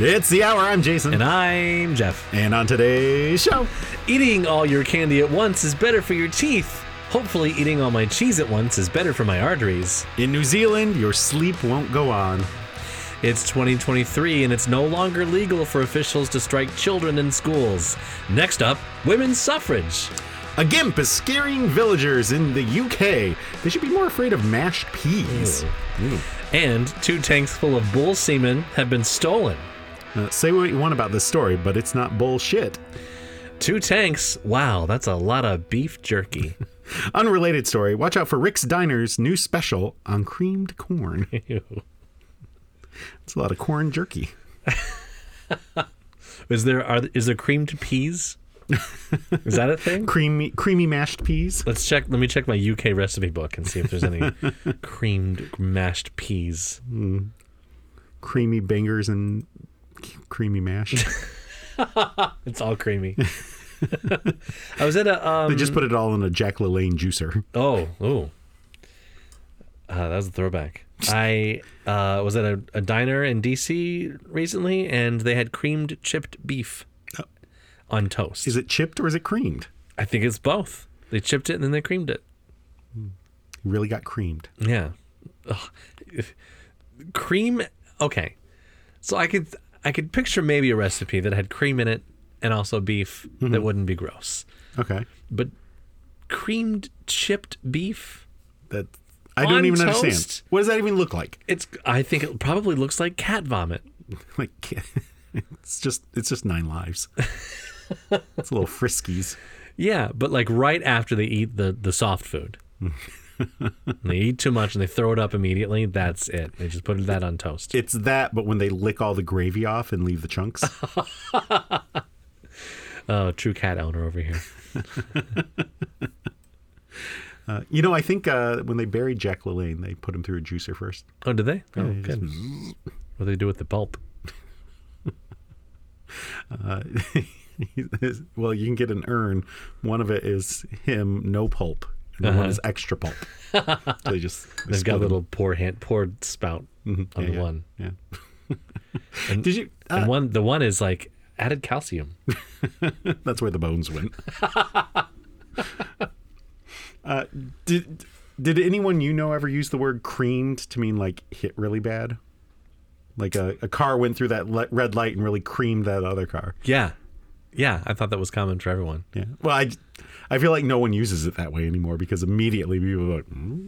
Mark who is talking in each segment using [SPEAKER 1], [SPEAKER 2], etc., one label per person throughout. [SPEAKER 1] It's the hour. I'm Jason.
[SPEAKER 2] And I'm Jeff.
[SPEAKER 1] And on today's show,
[SPEAKER 2] Eating all your candy at once is better for your teeth. Hopefully, eating all my cheese at once is better for my arteries.
[SPEAKER 1] in New Zealand, your sleep won't go on.
[SPEAKER 2] It's 2023 and it's no longer legal for officials to strike children in schools. Next up, women's suffrage.
[SPEAKER 1] A gimp is scaring villagers in the UK. They should be more afraid of mashed peas.
[SPEAKER 2] And two tanks full of bull semen have been stolen.
[SPEAKER 1] Uh, say what you want about this story, but it's not bullshit.
[SPEAKER 2] Two tanks? Wow, that's a lot of beef jerky.
[SPEAKER 1] Unrelated story. Watch out for Rick's Diner's new special on creamed corn.
[SPEAKER 2] Ew.
[SPEAKER 1] It's a lot of corn jerky.
[SPEAKER 2] Is there are is there creamed peas? Is that a thing?
[SPEAKER 1] Creamy, creamy mashed peas.
[SPEAKER 2] Let's check. Let me check my UK recipe book and see if there's any creamed mashed peas.
[SPEAKER 1] Creamy bangers and c- creamy mash.
[SPEAKER 2] It's all creamy. I was at a
[SPEAKER 1] They
[SPEAKER 2] um,
[SPEAKER 1] just put it all in a Jack LaLanne juicer.
[SPEAKER 2] oh oh. Uh, that was a throwback. I uh, was at a, a diner in DC recently, and they had creamed chipped beef on toast.
[SPEAKER 1] Is it chipped or is it creamed?
[SPEAKER 2] I think it's both. They chipped it and then they creamed it.
[SPEAKER 1] Really got creamed.
[SPEAKER 2] Yeah. Ugh. Cream. Okay. So I could I could picture maybe a recipe that had cream in it and also beef that wouldn't be gross.
[SPEAKER 1] Okay.
[SPEAKER 2] But creamed chipped beef.
[SPEAKER 1] That I
[SPEAKER 2] On
[SPEAKER 1] don't even
[SPEAKER 2] toast?
[SPEAKER 1] understand. What does that even look like?
[SPEAKER 2] It's. I think it probably looks like cat vomit.
[SPEAKER 1] Like it's just it's just nine lives. it's a little friskies.
[SPEAKER 2] Yeah, but like right after they eat the the soft food. And they eat too much and they throw it up immediately. That's it. They just put that on toast.
[SPEAKER 1] It's that, but when they lick all the gravy off and leave the chunks.
[SPEAKER 2] Oh, true cat owner over here.
[SPEAKER 1] Uh, you know, I think uh, when they buried Jack LaLanne, they put him through a juicer first.
[SPEAKER 2] Oh, did they? Oh,
[SPEAKER 1] they just-
[SPEAKER 2] good. What do they do with the pulp?
[SPEAKER 1] Uh, well, you can get an urn. One of it is him, no pulp, and the one is extra pulp. so they just they
[SPEAKER 2] Uh-huh. They've got a
[SPEAKER 1] split 'em.
[SPEAKER 2] little poor hand, poor spout on
[SPEAKER 1] Yeah,
[SPEAKER 2] the
[SPEAKER 1] yeah,
[SPEAKER 2] one,
[SPEAKER 1] Yeah.
[SPEAKER 2] And-
[SPEAKER 1] Did you?
[SPEAKER 2] and
[SPEAKER 1] Uh,
[SPEAKER 2] one the one is like added calcium.
[SPEAKER 1] that's where the bones went. uh, did Did anyone you know ever use the word creamed to mean like hit really bad? Like a, a car went through that le- red light and really creamed that other car.
[SPEAKER 2] Yeah, yeah. I thought that was common for everyone.
[SPEAKER 1] Yeah. Well, I, I feel like no one uses it that way anymore because immediately people are like, "Hmm?"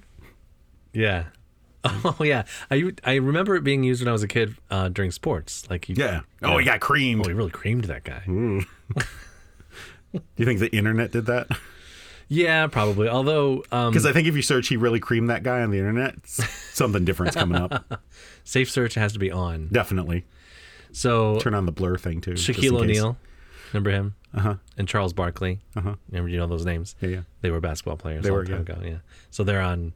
[SPEAKER 2] Yeah. Oh yeah. I I remember it being used when I was a kid uh, during sports. Like you,
[SPEAKER 1] yeah. Mm-hmm. Oh, he got creamed.
[SPEAKER 2] Oh, he really creamed that guy.
[SPEAKER 1] Do you think the internet did that?
[SPEAKER 2] Yeah, probably. Although um,
[SPEAKER 1] Because I think if you search, he really creamed that guy on the internet, s- something different's coming up.
[SPEAKER 2] safe search has to be on.
[SPEAKER 1] Definitely.
[SPEAKER 2] So
[SPEAKER 1] Turn on the blur thing too. just in
[SPEAKER 2] Shaquille
[SPEAKER 1] case. Uh-huh.
[SPEAKER 2] O'Neal, remember him? Uh huh. And Charles Barkley. Uh huh. Remember you know those names?
[SPEAKER 1] Yeah, yeah.
[SPEAKER 2] They were basketball players.
[SPEAKER 1] They
[SPEAKER 2] a
[SPEAKER 1] were,
[SPEAKER 2] long time ago. Yeah. So they're on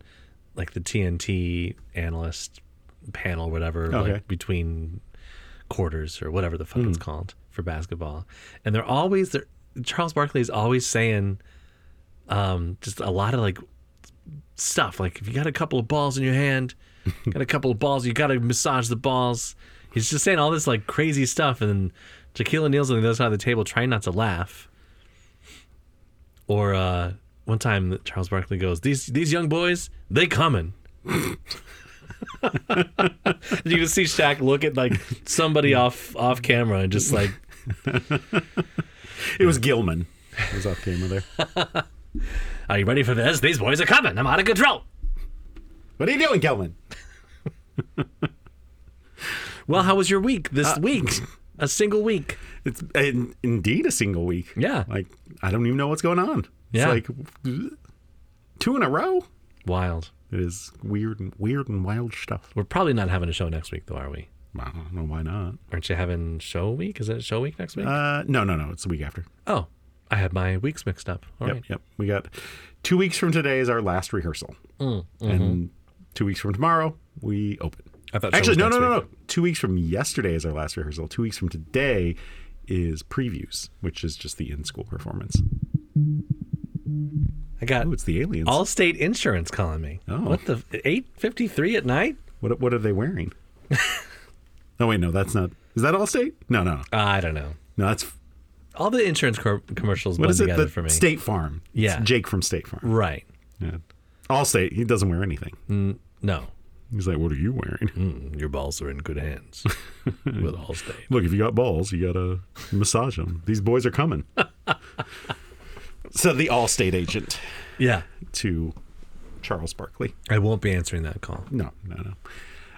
[SPEAKER 2] like the TNT analyst panel, whatever,
[SPEAKER 1] Okay.
[SPEAKER 2] like between quarters or whatever the fuck it's called for basketball. And they're always they're Charles Barkley is always saying um, just a lot of like stuff. Like if you got a couple of balls in your hand, got a couple of balls, you got to massage the balls. He's just saying all this like crazy stuff, and then Shaquille O'Neal's on the other side of the table trying not to laugh. Or uh, one time that Charles Barkley goes, "These these young boys, they coming." you can see Shaq look at like somebody off off camera and just like
[SPEAKER 1] It was Gilman. It was off camera there.
[SPEAKER 2] Are you ready for this? These boys are coming. I'm out of control.
[SPEAKER 1] What are you doing, Gilman?
[SPEAKER 2] Well, how was your week this week? A single week.
[SPEAKER 1] It's in, indeed a single week.
[SPEAKER 2] Yeah.
[SPEAKER 1] Like I don't even know what's going on.
[SPEAKER 2] Yeah.
[SPEAKER 1] It's like two in a row.
[SPEAKER 2] Wild.
[SPEAKER 1] It is weird and weird and wild stuff.
[SPEAKER 2] We're probably not having a show next week, though, are we?
[SPEAKER 1] I don't know why not.
[SPEAKER 2] Aren't you having show week? Is it show week next week?
[SPEAKER 1] Uh, no, no, no. It's the week after.
[SPEAKER 2] oh, I had my weeks mixed up. All right.
[SPEAKER 1] Yep, yep. We got two weeks from today is our last rehearsal,
[SPEAKER 2] Mm,
[SPEAKER 1] and two weeks from tomorrow we open.
[SPEAKER 2] mm-hmm. I thought so
[SPEAKER 1] actually
[SPEAKER 2] was
[SPEAKER 1] no, no,
[SPEAKER 2] next
[SPEAKER 1] no,
[SPEAKER 2] week.
[SPEAKER 1] no. Two weeks from yesterday is our last rehearsal. Two weeks from today is previews, which is just the in-school performance.
[SPEAKER 2] I got
[SPEAKER 1] Oh, it's the aliens.
[SPEAKER 2] Allstate Insurance calling me.
[SPEAKER 1] Oh.
[SPEAKER 2] What the? 8.53 at night?
[SPEAKER 1] What what are they wearing? Oh wait, no, that's not. Is that Allstate? No, no,
[SPEAKER 2] I don't know.
[SPEAKER 1] no. That's
[SPEAKER 2] All the insurance cor- commercials
[SPEAKER 1] what
[SPEAKER 2] blend
[SPEAKER 1] is it?
[SPEAKER 2] together
[SPEAKER 1] The
[SPEAKER 2] for me.
[SPEAKER 1] State Farm. It's
[SPEAKER 2] Yeah.
[SPEAKER 1] Jake from State Farm.
[SPEAKER 2] right.
[SPEAKER 1] Yeah. Allstate. He doesn't wear anything.
[SPEAKER 2] No.
[SPEAKER 1] He's like, what are you wearing?
[SPEAKER 2] Mm, your balls are in good hands with Allstate.
[SPEAKER 1] Look, if you got balls, you gotta massage them. These boys are coming. so the Allstate agent
[SPEAKER 2] Yeah.
[SPEAKER 1] to Charles Barkley.
[SPEAKER 2] I won't be answering that call.
[SPEAKER 1] No, no, no.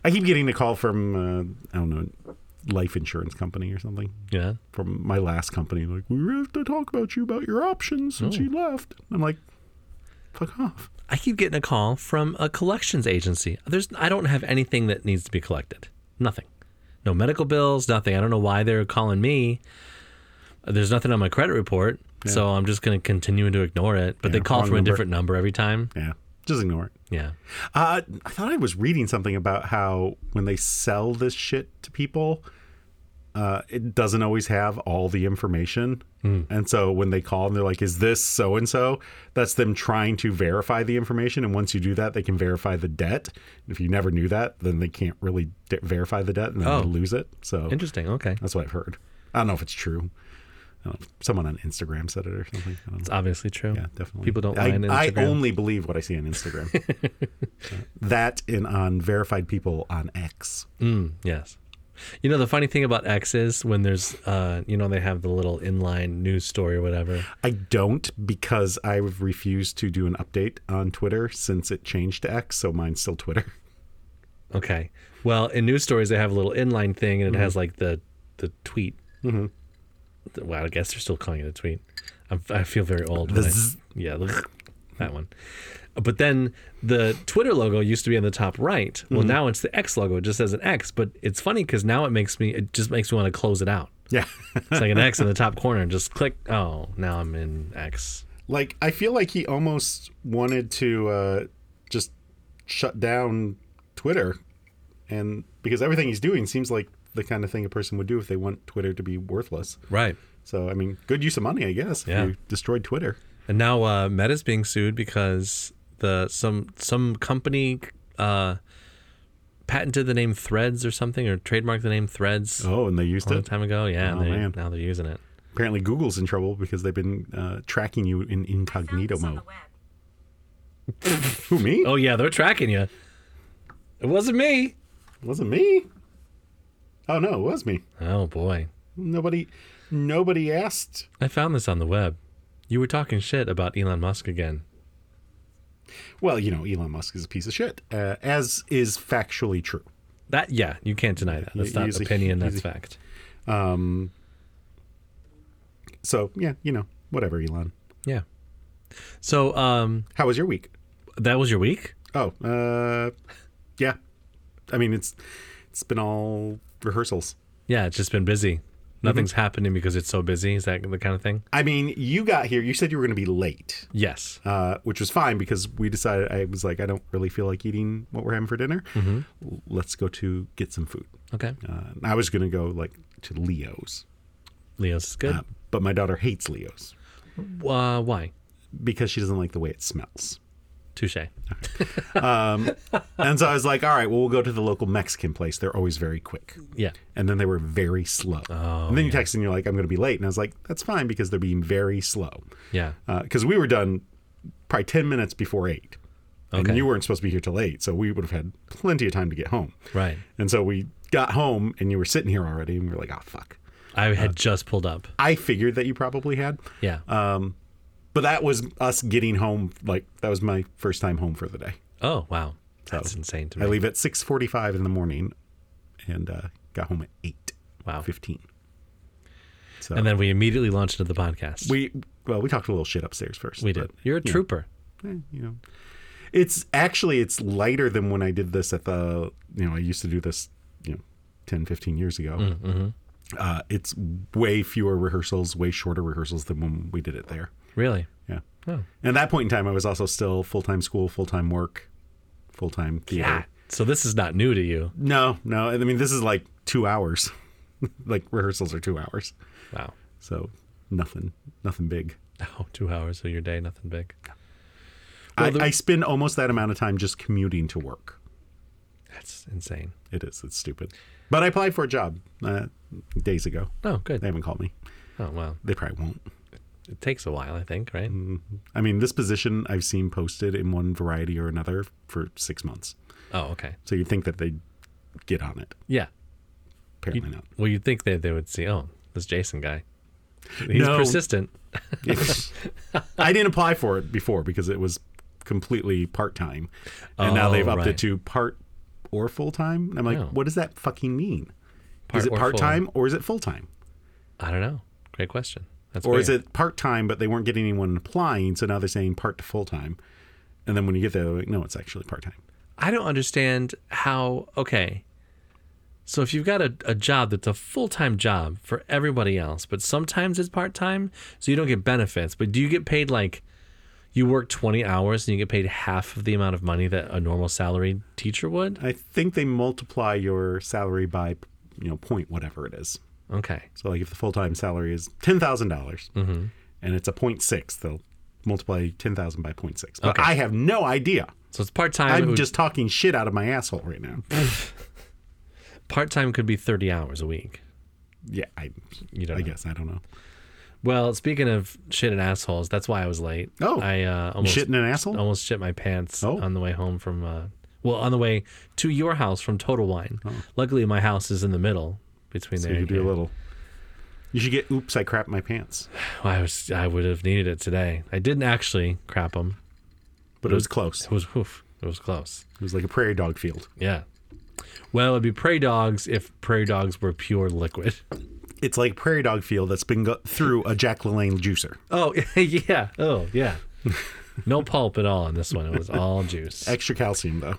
[SPEAKER 1] I keep getting a call from uh, I don't know, life insurance company or something.
[SPEAKER 2] Yeah.
[SPEAKER 1] from my last company. Like, we have to talk about you about your options since
[SPEAKER 2] Oh.
[SPEAKER 1] you left. I'm like, fuck off.
[SPEAKER 2] I keep getting a call from a collections agency. There's I don't have anything that needs to be collected. Nothing. No medical bills, nothing. I don't know why they're calling me. There's nothing on my credit report, so I'm just going to continue to ignore it. But they
[SPEAKER 1] Yeah,
[SPEAKER 2] call
[SPEAKER 1] wrong
[SPEAKER 2] from a
[SPEAKER 1] number.
[SPEAKER 2] different number every time.
[SPEAKER 1] Yeah, just ignore it.
[SPEAKER 2] Yeah.
[SPEAKER 1] Uh, I thought I was reading something about how when they sell this shit to people, uh, it doesn't always have all the information.
[SPEAKER 2] Hmm.
[SPEAKER 1] And so when they call and they're like, is this so and so? That's them trying to verify the information. And once you do that, they can verify the debt. If you never knew that, then they can't really de- verify the debt and then
[SPEAKER 2] Oh.
[SPEAKER 1] they lose it. So
[SPEAKER 2] Interesting. Okay.
[SPEAKER 1] That's what I've heard. I don't know if it's true. I don't know. Someone on Instagram said it or something. I don't
[SPEAKER 2] It's
[SPEAKER 1] know.
[SPEAKER 2] obviously true.
[SPEAKER 1] Yeah, definitely.
[SPEAKER 2] People don't
[SPEAKER 1] I,
[SPEAKER 2] lie on
[SPEAKER 1] I
[SPEAKER 2] Instagram.
[SPEAKER 1] only believe what I see on Instagram. Uh, that and on verified people on X.
[SPEAKER 2] Mm, yes. You know the funny thing about X is when there's uh you know they have the little inline news story or whatever.
[SPEAKER 1] I don't because I've refused to do an update on Twitter since it changed to X, so mine's still Twitter.
[SPEAKER 2] Okay. Well, in news stories, they have a little inline thing, and it has like the the tweet. Mm-hmm. Well, I guess they're still calling it a tweet. I'm, I feel very old. when I-
[SPEAKER 1] zzz.
[SPEAKER 2] yeah, the that one. But then the Twitter logo used to be on the top right. Well, now it's the X logo. It just says an X. But it's funny because now it makes me it just makes me want to close it out.
[SPEAKER 1] Yeah.
[SPEAKER 2] It's like an X in the top corner, and just click. Oh, now I'm in X.
[SPEAKER 1] like I feel like he almost wanted to uh, just shut down Twitter, and because everything he's doing seems like the kind of thing a person would do if they want Twitter to be worthless.
[SPEAKER 2] Right.
[SPEAKER 1] So I mean, good use of money, I guess. If
[SPEAKER 2] Yeah.
[SPEAKER 1] you destroyed Twitter.
[SPEAKER 2] And now uh, Meta's being sued because the some some company uh, patented the name Threads or something or trademarked the name Threads
[SPEAKER 1] Oh, and they used
[SPEAKER 2] a long
[SPEAKER 1] it.
[SPEAKER 2] time ago. Yeah, and
[SPEAKER 1] Oh,
[SPEAKER 2] they,
[SPEAKER 1] man.
[SPEAKER 2] now they're using it.
[SPEAKER 1] Apparently, Google's in trouble because they've been uh, tracking you in incognito mode. Who me?
[SPEAKER 2] Oh yeah, they're tracking you. It wasn't me.
[SPEAKER 1] Wasn't me. Oh no, it was me.
[SPEAKER 2] Oh boy,
[SPEAKER 1] Nobody, nobody asked.
[SPEAKER 2] I found this on the web. You were talking shit about Elon Musk again.
[SPEAKER 1] Well, you know, Elon Musk is a piece of shit, uh, as is factually true.
[SPEAKER 2] That yeah, you can't deny that. That's
[SPEAKER 1] he-
[SPEAKER 2] not
[SPEAKER 1] he's a-
[SPEAKER 2] opinion.
[SPEAKER 1] he's
[SPEAKER 2] That's
[SPEAKER 1] a-
[SPEAKER 2] fact.
[SPEAKER 1] So yeah, you know, whatever, Elon.
[SPEAKER 2] Yeah. So um,
[SPEAKER 1] How was your week?
[SPEAKER 2] that was your week.
[SPEAKER 1] Oh, uh, yeah. I mean, it's it's been all rehearsals.
[SPEAKER 2] Yeah, it's just been busy. Nothing's happening because it's so busy. Is that the kind of thing?
[SPEAKER 1] I mean, you got here. You said you were going to be late,
[SPEAKER 2] Yes.
[SPEAKER 1] uh, which was fine because we decided. I was like, I don't really feel like eating what we're having for dinner. L- Let's go to get some food.
[SPEAKER 2] Okay.
[SPEAKER 1] Uh, and I was going to go like to Leo's,
[SPEAKER 2] Leo's is good.
[SPEAKER 1] uh, but my daughter hates Leo's
[SPEAKER 2] Uh, why?
[SPEAKER 1] because she doesn't like the way it smells.
[SPEAKER 2] Touche.
[SPEAKER 1] and so I was like, all right, well, we'll go to the local Mexican place. They're always very quick.
[SPEAKER 2] Yeah.
[SPEAKER 1] and then they were very slow.
[SPEAKER 2] Oh,
[SPEAKER 1] and then you text and you're like, I'm going to be late. And I was like, that's fine because they're being very slow.
[SPEAKER 2] Yeah.
[SPEAKER 1] Because we were done probably 10 minutes before 8.
[SPEAKER 2] Okay.
[SPEAKER 1] And you weren't supposed to be here till 8. So we would have had plenty of time to get home.
[SPEAKER 2] Right.
[SPEAKER 1] And so we got home and you were sitting here already and we were like, oh, fuck.
[SPEAKER 2] I had just pulled up.
[SPEAKER 1] I figured that you probably had.
[SPEAKER 2] Yeah.
[SPEAKER 1] But that was us getting home. Like, that was my first time home for the day.
[SPEAKER 2] oh wow. That's insane to
[SPEAKER 1] I
[SPEAKER 2] me.
[SPEAKER 1] leave at 6.45 in the morning and uh, got home at 8.
[SPEAKER 2] Wow.
[SPEAKER 1] 15. So.
[SPEAKER 2] and then we immediately launched into the podcast.
[SPEAKER 1] We well, we talked a little shit upstairs first.
[SPEAKER 2] we did.
[SPEAKER 1] but,
[SPEAKER 2] You're a
[SPEAKER 1] yeah,
[SPEAKER 2] trooper.
[SPEAKER 1] eh, you know, it's actually it's lighter than when I did this at the you know I used to do this you know 10, 15 years ago.
[SPEAKER 2] Mm, mm-hmm.
[SPEAKER 1] Uh, it's way fewer rehearsals, way shorter rehearsals than when we did it there.
[SPEAKER 2] Really?
[SPEAKER 1] Yeah.
[SPEAKER 2] Oh.
[SPEAKER 1] And at that point in time, I was also still full time school, full time work, full time theater.
[SPEAKER 2] Ah, So this is not new to you.
[SPEAKER 1] No, no. I mean, this is like two hours. like rehearsals are two hours,
[SPEAKER 2] Wow.
[SPEAKER 1] so nothing, nothing big.
[SPEAKER 2] Oh, two hours of your day, nothing big.
[SPEAKER 1] I,
[SPEAKER 2] Well, the-
[SPEAKER 1] I spend almost that amount of time just commuting to work.
[SPEAKER 2] That's insane.
[SPEAKER 1] It is. It's stupid. But I applied for a job uh, days ago.
[SPEAKER 2] Oh, good.
[SPEAKER 1] They haven't called me.
[SPEAKER 2] Oh, well,
[SPEAKER 1] They probably won't.
[SPEAKER 2] it takes a while, I think, right?
[SPEAKER 1] I mean, this position I've seen posted in one variety or another for six months.
[SPEAKER 2] Oh, okay.
[SPEAKER 1] So you'd think that they'd get on it.
[SPEAKER 2] Yeah.
[SPEAKER 1] Apparently not.
[SPEAKER 2] Well, you'd think that they would see, oh, this Jason guy. He's
[SPEAKER 1] No.
[SPEAKER 2] persistent.
[SPEAKER 1] I didn't apply for it before because it was completely part time. And now
[SPEAKER 2] Oh,
[SPEAKER 1] they've upped
[SPEAKER 2] right.
[SPEAKER 1] it to part or full time. And I'm like,
[SPEAKER 2] Oh.
[SPEAKER 1] what does that fucking mean?
[SPEAKER 2] Part
[SPEAKER 1] is it
[SPEAKER 2] or full?
[SPEAKER 1] part time or is it full time?
[SPEAKER 2] I don't know. Great question. That's
[SPEAKER 1] Or is
[SPEAKER 2] weird.
[SPEAKER 1] it part time, but they weren't getting anyone applying. So now they're saying part to full time. And then when you get there, they're like, no, it's actually part time.
[SPEAKER 2] I don't understand how. Okay. So if you've got a, a job that's a full time job for everybody else, but sometimes it's part time, so you don't get benefits. But do you get paid like you work 20 hours and you get paid half of the amount of money that a normal salaried teacher would?
[SPEAKER 1] I think they multiply your salary by, you know, point whatever it is.
[SPEAKER 2] Okay.
[SPEAKER 1] So like if the full time salary is ten dollars
[SPEAKER 2] Mm-hmm.
[SPEAKER 1] and it's a point six, they'll multiply ten thousand by point six. But
[SPEAKER 2] Okay.
[SPEAKER 1] I have no idea.
[SPEAKER 2] So it's part time.
[SPEAKER 1] I'm just talking shit out of my asshole right now.
[SPEAKER 2] part time could be 30 hours a week.
[SPEAKER 1] yeah, I,
[SPEAKER 2] You don't
[SPEAKER 1] I
[SPEAKER 2] know.
[SPEAKER 1] guess I don't know.
[SPEAKER 2] Well, speaking of shit and assholes, that's why I was late.
[SPEAKER 1] Oh.
[SPEAKER 2] I uh, almost
[SPEAKER 1] Shit in an asshole.
[SPEAKER 2] almost shit my pants
[SPEAKER 1] Oh.
[SPEAKER 2] on the way home from uh, well on the way to your house from Total Wine. Luckily, my house is in the middle between
[SPEAKER 1] Oh. so
[SPEAKER 2] there.
[SPEAKER 1] you
[SPEAKER 2] and
[SPEAKER 1] do a
[SPEAKER 2] here.
[SPEAKER 1] little. You should get. Oops, I crap my pants.
[SPEAKER 2] Well, I was I would have needed it today. I didn't actually crap them.
[SPEAKER 1] But it was close.
[SPEAKER 2] It was woof. It was close.
[SPEAKER 1] It was like a prairie dog field.
[SPEAKER 2] Yeah. Well, it'd be prairie dogs if prairie dogs were pure liquid.
[SPEAKER 1] It's like prairie dog field that's been go- through a Jack Lalanne juicer.
[SPEAKER 2] Oh yeah. Oh yeah. No pulp at all in this one. It was all juice.
[SPEAKER 1] Extra calcium though.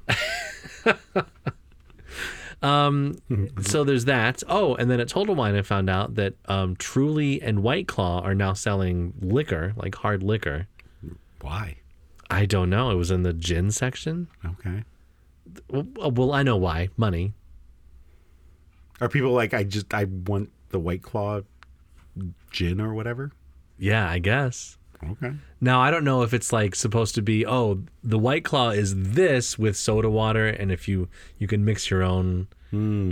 [SPEAKER 2] So there's that. Oh, and then at Total Wine, I found out that um, Truly and White Claw are now selling liquor, like hard liquor.
[SPEAKER 1] Why?
[SPEAKER 2] I don't know. It was in the gin section.
[SPEAKER 1] Okay.
[SPEAKER 2] Well, uh, well, I know why. Money.
[SPEAKER 1] Are people like I just I want the White Claw gin or whatever?
[SPEAKER 2] Yeah, I guess.
[SPEAKER 1] Okay.
[SPEAKER 2] Now I don't know if it's like supposed to be. Oh, the White Claw is this with soda water, and if you you can mix your own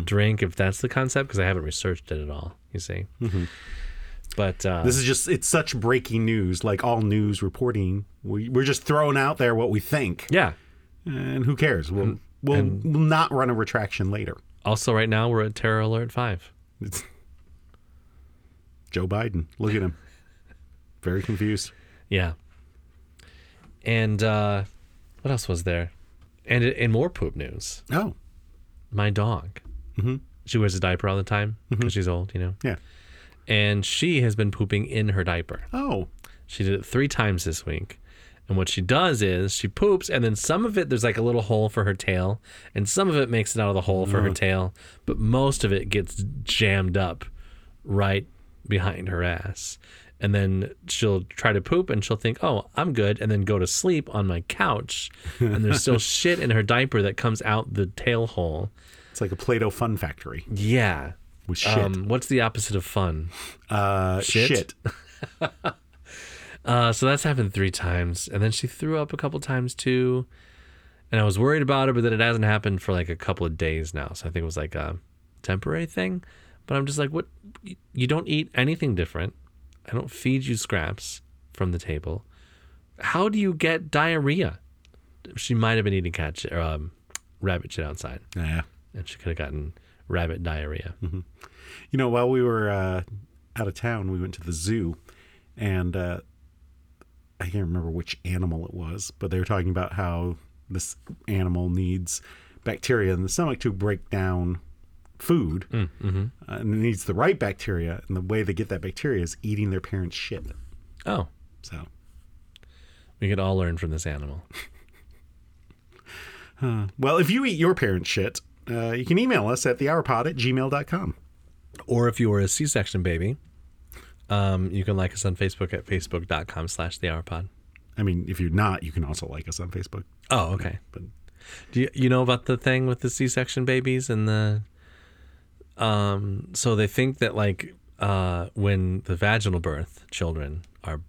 [SPEAKER 2] drink, if that's the concept, because I haven't researched it at all. You see. But uh,
[SPEAKER 1] This is just, it's such breaking news. Like all news reporting, we, we're just throwing out there what we think.
[SPEAKER 2] yeah.
[SPEAKER 1] And who cares? We'll, we'll, we'll not run a retraction later.
[SPEAKER 2] Also, right now we're at Terror Alert Five.
[SPEAKER 1] It's Joe Biden. Look at him. Very confused.
[SPEAKER 2] Yeah. And uh, what else was there? And in more poop news,
[SPEAKER 1] Oh,
[SPEAKER 2] my dog. She wears a diaper all the time because she's old, you know.
[SPEAKER 1] yeah.
[SPEAKER 2] And she has been pooping in her diaper.
[SPEAKER 1] Oh,
[SPEAKER 2] She did it three times this week. And what she does is she poops, and then some of it, there's like a little hole for her tail, and some of it makes it out of the hole for her tail, but most of it gets jammed up right behind her ass. And then she'll try to poop and she'll think, oh, I'm good, and then go to sleep on my couch. And there's still shit in her diaper that comes out the tail hole.
[SPEAKER 1] it's like a Play Doh fun factory
[SPEAKER 2] Yeah.
[SPEAKER 1] with shit.
[SPEAKER 2] Um, what's the opposite of fun?
[SPEAKER 1] uh,
[SPEAKER 2] shit?
[SPEAKER 1] shit.
[SPEAKER 2] Uh, so that's happened three times, and then she threw up a couple times too, and I was worried about her, but then it hasn't happened for like a couple of days now. So I think it was like a temporary thing, but I'm just like, what? y- You don't eat anything different. I don't feed you scraps from the table. How do you get diarrhea? She might have been eating cat shit, or, um, rabbit shit outside,
[SPEAKER 1] Yeah.
[SPEAKER 2] and she could have gotten rabbit diarrhea.
[SPEAKER 1] You know, while we were uh, out of town, we went to the zoo, and uh, I can't remember which animal it was, but they were talking about how this animal needs bacteria in the stomach to break down food, uh, and it needs the right bacteria. And the way they get that bacteria is eating their parents' shit.
[SPEAKER 2] Oh,
[SPEAKER 1] So
[SPEAKER 2] we could all learn from this animal.
[SPEAKER 1] Well, if you eat your parents' shit, uh, you can email us at thehourpod at gmail.com.
[SPEAKER 2] or if you were a c-section baby um, you can like us on facebook at facebook.com slash the hour pod
[SPEAKER 1] I mean, if you're not, you can also like us on Facebook.
[SPEAKER 2] oh okay do you, you know about the thing with the c-section babies and the um, so they think that like uh, when the vaginal birth children are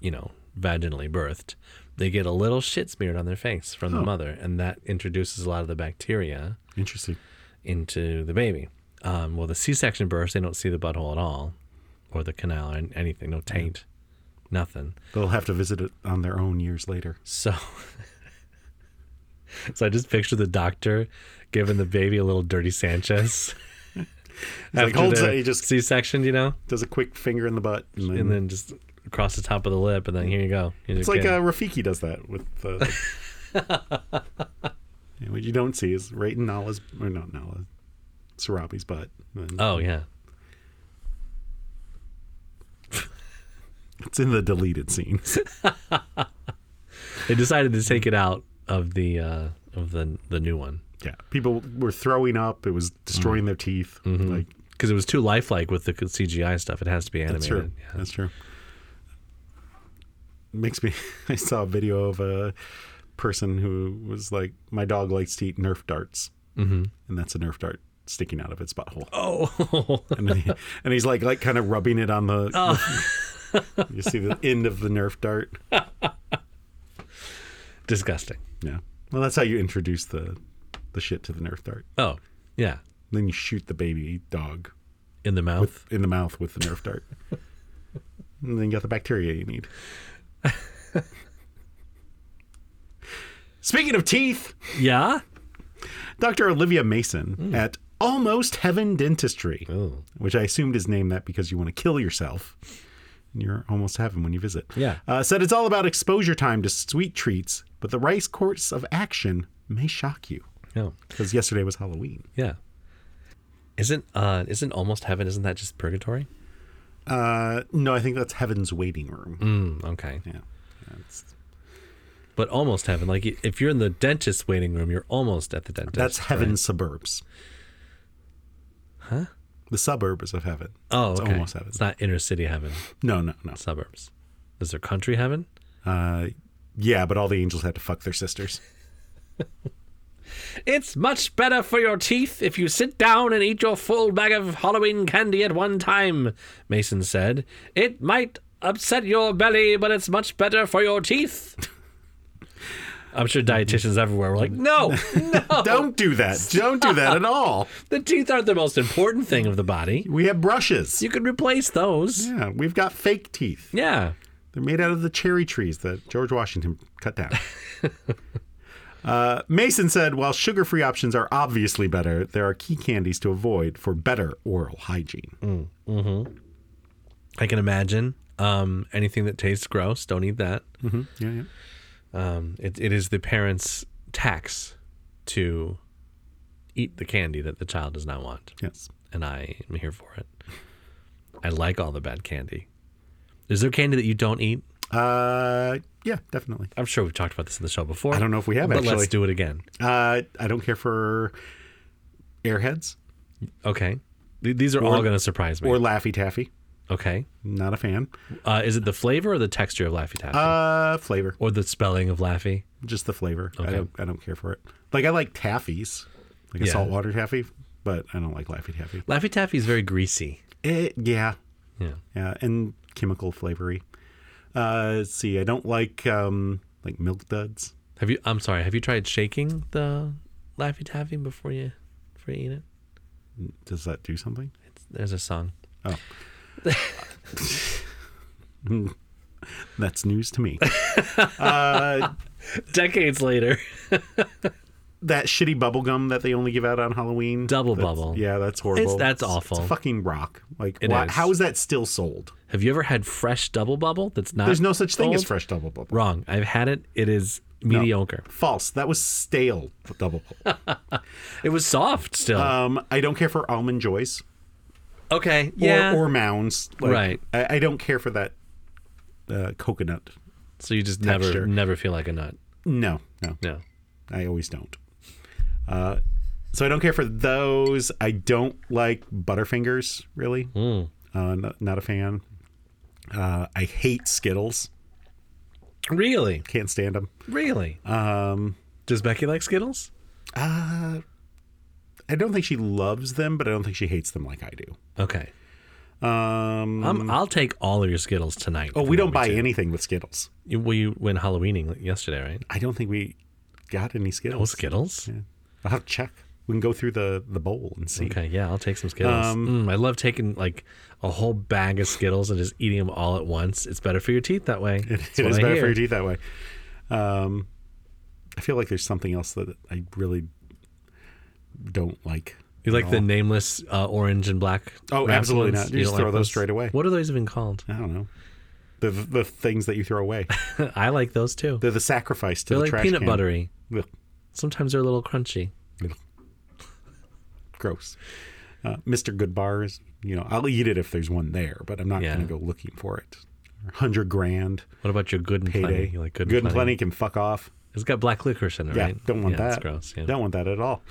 [SPEAKER 2] you know vaginally birthed Oh. they get a little shit smeared on their face from the mother and that introduces a lot of the bacteria
[SPEAKER 1] Interesting.
[SPEAKER 2] into the baby. Um, well, the C-section births, they don't see the butthole at all, or the canal, or anything, no taint, nothing.
[SPEAKER 1] They'll have to visit it on their own years later.
[SPEAKER 2] So, so I just picture the doctor giving the baby a little dirty Sanchez.
[SPEAKER 1] like, holds it, he just-
[SPEAKER 2] C-section, you know,
[SPEAKER 1] Does a quick finger in the butt, and then,
[SPEAKER 2] and then just across the top of the lip, and then here you go. Here's
[SPEAKER 1] it's
[SPEAKER 2] your
[SPEAKER 1] like
[SPEAKER 2] kid.
[SPEAKER 1] uh, Rafiki does that with the. Yeah, what you don't see is right in Nala's or not Nala, Sarabi's butt. And then
[SPEAKER 2] oh yeah,
[SPEAKER 1] It's in the deleted scenes.
[SPEAKER 2] they decided to take it out of the uh, of the the new one
[SPEAKER 1] yeah, people were throwing up. It was destroying
[SPEAKER 2] Mm-hmm.
[SPEAKER 1] their teeth. Like
[SPEAKER 2] because it was too lifelike with the CGI stuff. It has to be animated.
[SPEAKER 1] That's true.
[SPEAKER 2] Yeah.
[SPEAKER 1] That's true. Makes me. I saw a video of a person who was like, "My dog likes to eat Nerf darts," mm-hmm. and that's a Nerf dart sticking out of its butthole.
[SPEAKER 2] Oh,
[SPEAKER 1] And, then he- and he's like, like kind of rubbing it on the. you see the end of the Nerf dart.
[SPEAKER 2] disgusting.
[SPEAKER 1] Yeah. Well, that's how you introduce the, the shit to the Nerf dart.
[SPEAKER 2] Oh, yeah,
[SPEAKER 1] Then you shoot the baby dog
[SPEAKER 2] in the mouth.
[SPEAKER 1] with in the mouth with the Nerf dart. and then you got the bacteria you need. Speaking of teeth,
[SPEAKER 2] yeah.
[SPEAKER 1] Dr. Olivia Mason at Almost Heaven Dentistry,
[SPEAKER 2] Oh,
[SPEAKER 1] which I assumed is named that because you want to kill yourself. And you're almost heaven when you visit.
[SPEAKER 2] Yeah.
[SPEAKER 1] Uh, said it's all about exposure time to sweet treats, but the rice course of action may shock you.
[SPEAKER 2] no.
[SPEAKER 1] Because yesterday was Halloween.
[SPEAKER 2] Yeah. Isn't uh isn't almost heaven? Isn't that just purgatory?
[SPEAKER 1] Uh, no, I think that's Heaven's Waiting Room.
[SPEAKER 2] Mm, okay,
[SPEAKER 1] Yeah. That's,
[SPEAKER 2] but almost heaven. Like i- if you're in the dentist's waiting room, you're almost at the dentist.
[SPEAKER 1] That's
[SPEAKER 2] right?
[SPEAKER 1] heaven's suburbs. Huh? The suburbs of heaven.
[SPEAKER 2] Oh,
[SPEAKER 1] it's
[SPEAKER 2] okay.
[SPEAKER 1] almost heaven.
[SPEAKER 2] It's not inner city heaven.
[SPEAKER 1] No, no, no.
[SPEAKER 2] Suburbs. Is there country heaven?
[SPEAKER 1] Uh, yeah, but all the angels had to fuck their sisters.
[SPEAKER 2] It's much better for your teeth if you sit down and eat your full bag of Halloween candy at one time, Mason said. It might upset your belly, but it's much better for your teeth. I'm sure dietitians everywhere were like, no, no,
[SPEAKER 1] Don't do that. Don't do that at all.
[SPEAKER 2] the teeth aren't the most important thing of the body.
[SPEAKER 1] We have brushes.
[SPEAKER 2] You can replace those.
[SPEAKER 1] Yeah, we've got fake teeth.
[SPEAKER 2] Yeah.
[SPEAKER 1] They're made out of the cherry trees that George Washington cut down. Uh, Mason said, while sugar free options are obviously better, there are key candies to avoid for better oral hygiene.
[SPEAKER 2] Mm. I can imagine um, anything that tastes gross, don't eat that.
[SPEAKER 1] Yeah, yeah.
[SPEAKER 2] Um, it, it is the parents' tax to eat the candy that the child does not want.
[SPEAKER 1] Yes.
[SPEAKER 2] and I am here for it. I like all the bad candy. Is there candy that you don't eat?
[SPEAKER 1] Uh, yeah, definitely.
[SPEAKER 2] I'm sure we've talked about this in the show before.
[SPEAKER 1] I don't know if we have,
[SPEAKER 2] but
[SPEAKER 1] actually.
[SPEAKER 2] let's do it again.
[SPEAKER 1] Uh, I don't care for Airheads
[SPEAKER 2] Okay, Th- these are all going to surprise me.
[SPEAKER 1] or Laffy Taffy.
[SPEAKER 2] okay,
[SPEAKER 1] Not a fan.
[SPEAKER 2] uh, is it the flavor or the texture of Laffy Taffy
[SPEAKER 1] Uh, flavor,
[SPEAKER 2] or the spelling of Laffy?
[SPEAKER 1] just the flavor. I
[SPEAKER 2] Okay.
[SPEAKER 1] don't, I don't care for it. Like I like taffies, like a
[SPEAKER 2] Yeah.
[SPEAKER 1] saltwater taffy, but I don't like Laffy Taffy.
[SPEAKER 2] Laffy Taffy is very greasy.
[SPEAKER 1] It, yeah,
[SPEAKER 2] Yeah.
[SPEAKER 1] yeah, and chemical flavory. Uh, let's see, I don't like um like milk duds.
[SPEAKER 2] Have you? I'm sorry. Have you tried shaking the Laffy Taffy before you before you eat it?
[SPEAKER 1] Does that do something?
[SPEAKER 2] It's, there's a song.
[SPEAKER 1] That's news to me. uh,
[SPEAKER 2] Decades later.
[SPEAKER 1] that shitty bubble gum that they only give out on Halloween.
[SPEAKER 2] Double
[SPEAKER 1] That's-
[SPEAKER 2] bubble.
[SPEAKER 1] Yeah, that's horrible.
[SPEAKER 2] It's- that's
[SPEAKER 1] It's- it's
[SPEAKER 2] awful.
[SPEAKER 1] a fucking rock. Like,
[SPEAKER 2] It
[SPEAKER 1] why,
[SPEAKER 2] is.
[SPEAKER 1] how is that still sold?
[SPEAKER 2] Have you ever had fresh double bubble? That's not.
[SPEAKER 1] There's no such thing as
[SPEAKER 2] old?
[SPEAKER 1] fresh double bubble.
[SPEAKER 2] Wrong. I've had it. It is mediocre.
[SPEAKER 1] False. That was stale double bubble.
[SPEAKER 2] It was soft still.
[SPEAKER 1] um, I don't care for almond joys
[SPEAKER 2] okay.
[SPEAKER 1] or,
[SPEAKER 2] Yeah.
[SPEAKER 1] or mounds. Like,
[SPEAKER 2] Right.
[SPEAKER 1] I, I don't care for that uh, coconut.
[SPEAKER 2] so you just
[SPEAKER 1] texture.
[SPEAKER 2] never never feel like a nut.
[SPEAKER 1] No, no,
[SPEAKER 2] No.
[SPEAKER 1] I always don't. Uh, so I don't care for those. I don't like Butterfingers really. Uh, not, not a fan. Uh, I hate Skittles.
[SPEAKER 2] Really?
[SPEAKER 1] Can't stand them.
[SPEAKER 2] Really? Um Does Becky like Skittles?
[SPEAKER 1] Uh, I don't think she loves them, but I don't think she hates them like I do.
[SPEAKER 2] Okay.
[SPEAKER 1] Um,
[SPEAKER 2] Um, I'll take all of your Skittles tonight.
[SPEAKER 1] oh, we don't buy anything with Skittles.
[SPEAKER 2] You, well, you went Halloweening yesterday, right?
[SPEAKER 1] I don't think we got any Skittles.
[SPEAKER 2] Oh, Skittles?
[SPEAKER 1] I'll have to check. we can go through the the bowl and see.
[SPEAKER 2] Okay, yeah, I'll take some Skittles.
[SPEAKER 1] Um,
[SPEAKER 2] Mm, I love taking like a whole bag of Skittles and just eating them all at once. It's better for your teeth that way. That's
[SPEAKER 1] it
[SPEAKER 2] what
[SPEAKER 1] is
[SPEAKER 2] I
[SPEAKER 1] better for
[SPEAKER 2] hear.
[SPEAKER 1] your teeth that way. Um, I feel like there's something else that I really don't like.
[SPEAKER 2] You like the nameless uh, orange and black?
[SPEAKER 1] Oh,
[SPEAKER 2] wrapped
[SPEAKER 1] absolutely
[SPEAKER 2] ones?
[SPEAKER 1] not. You just
[SPEAKER 2] don't
[SPEAKER 1] throw those straight away.
[SPEAKER 2] What are those even called?
[SPEAKER 1] I don't know. The the things that you throw away.
[SPEAKER 2] I like those too.
[SPEAKER 1] They're the sacrifice to
[SPEAKER 2] They're
[SPEAKER 1] the
[SPEAKER 2] like
[SPEAKER 1] trash
[SPEAKER 2] peanut
[SPEAKER 1] can.
[SPEAKER 2] buttery.
[SPEAKER 1] Ugh.
[SPEAKER 2] Sometimes they're a little crunchy.
[SPEAKER 1] gross. Uh, Mr. Goodbar is, you know, I'll eat it if there's one there, but I'm not
[SPEAKER 2] Yeah.
[SPEAKER 1] going to go looking for it. 100 grand
[SPEAKER 2] What about your good and
[SPEAKER 1] payday.
[SPEAKER 2] plenty? You like good,
[SPEAKER 1] and plenty can fuck off.
[SPEAKER 2] It's got black licorice in it,
[SPEAKER 1] Yeah,
[SPEAKER 2] right?
[SPEAKER 1] don't want
[SPEAKER 2] yeah,
[SPEAKER 1] that.
[SPEAKER 2] It's gross. Yeah.
[SPEAKER 1] Don't want that at all.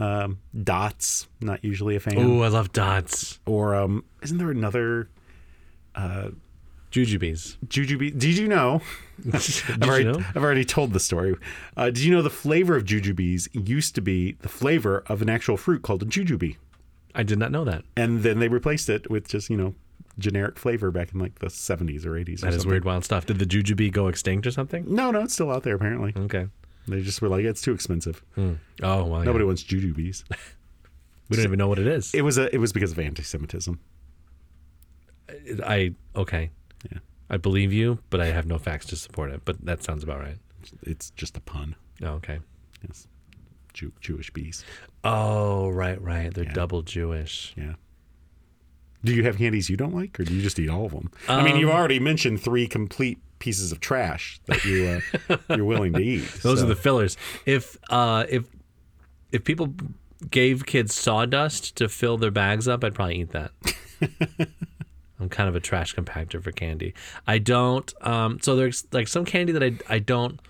[SPEAKER 1] Um, dots, not usually a fan.
[SPEAKER 2] Ooh, I love dots.
[SPEAKER 1] Or um, isn't there another
[SPEAKER 2] Jujubes.
[SPEAKER 1] jujube? Did you know?
[SPEAKER 2] Did
[SPEAKER 1] I've,
[SPEAKER 2] you
[SPEAKER 1] already,
[SPEAKER 2] know?
[SPEAKER 1] I've already told the story. Uh, did you know the flavor of jujubes used to be the flavor of an actual fruit called a jujube?
[SPEAKER 2] I did not know that.
[SPEAKER 1] And then they replaced it with just, you know, generic flavor back in like the 70s or 80s. or
[SPEAKER 2] That is
[SPEAKER 1] something.
[SPEAKER 2] weird, wild stuff. Did the jujube go extinct or something?
[SPEAKER 1] No, no, it's still out there apparently.
[SPEAKER 2] Okay.
[SPEAKER 1] They just were like, it's too expensive.
[SPEAKER 2] Oh, well, yeah.
[SPEAKER 1] Nobody wants jujubes.
[SPEAKER 2] we don't even know what it is.
[SPEAKER 1] It was a, it was because of anti-Semitism.
[SPEAKER 2] I okay.
[SPEAKER 1] Yeah.
[SPEAKER 2] I believe you, but I have no facts to support it. But that sounds about right.
[SPEAKER 1] It's just a pun.
[SPEAKER 2] Oh, okay.
[SPEAKER 1] Yes, Jew, Jewish bees.
[SPEAKER 2] Oh, right, right. They're double Jewish.
[SPEAKER 1] Yeah. Do you have candies you don't like, or do you just eat all of them? I mean, you've
[SPEAKER 2] Um,
[SPEAKER 1] already mentioned three complete pieces of trash that you uh, you're willing to eat.
[SPEAKER 2] Those
[SPEAKER 1] so-
[SPEAKER 2] are the fillers. If uh, if if people gave kids sawdust to fill their bags up, I'd probably eat that. I'm kind of a trash compactor for candy. I don't. Um, so there's like some candy that I I don't.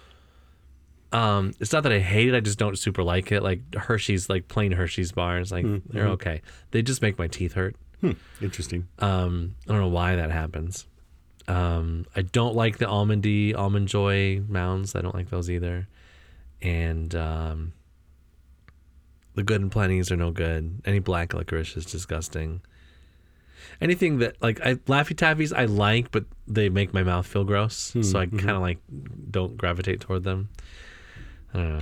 [SPEAKER 2] Um, it's not that I hate it. I just don't super like it. Like Hershey's, like plain Hershey's bars, like they're okay. They just make my teeth hurt.
[SPEAKER 1] interesting.
[SPEAKER 2] Um, I don't know why that happens. Um, I don't like the almondy almond joy mounds. I don't like those either. And um, the good and plenties are no good. Any black licorice is disgusting. Anything that like I laffy taffies I like, but they make my mouth feel gross,
[SPEAKER 1] Hmm,
[SPEAKER 2] so I kind of like don't gravitate toward them. I don't know.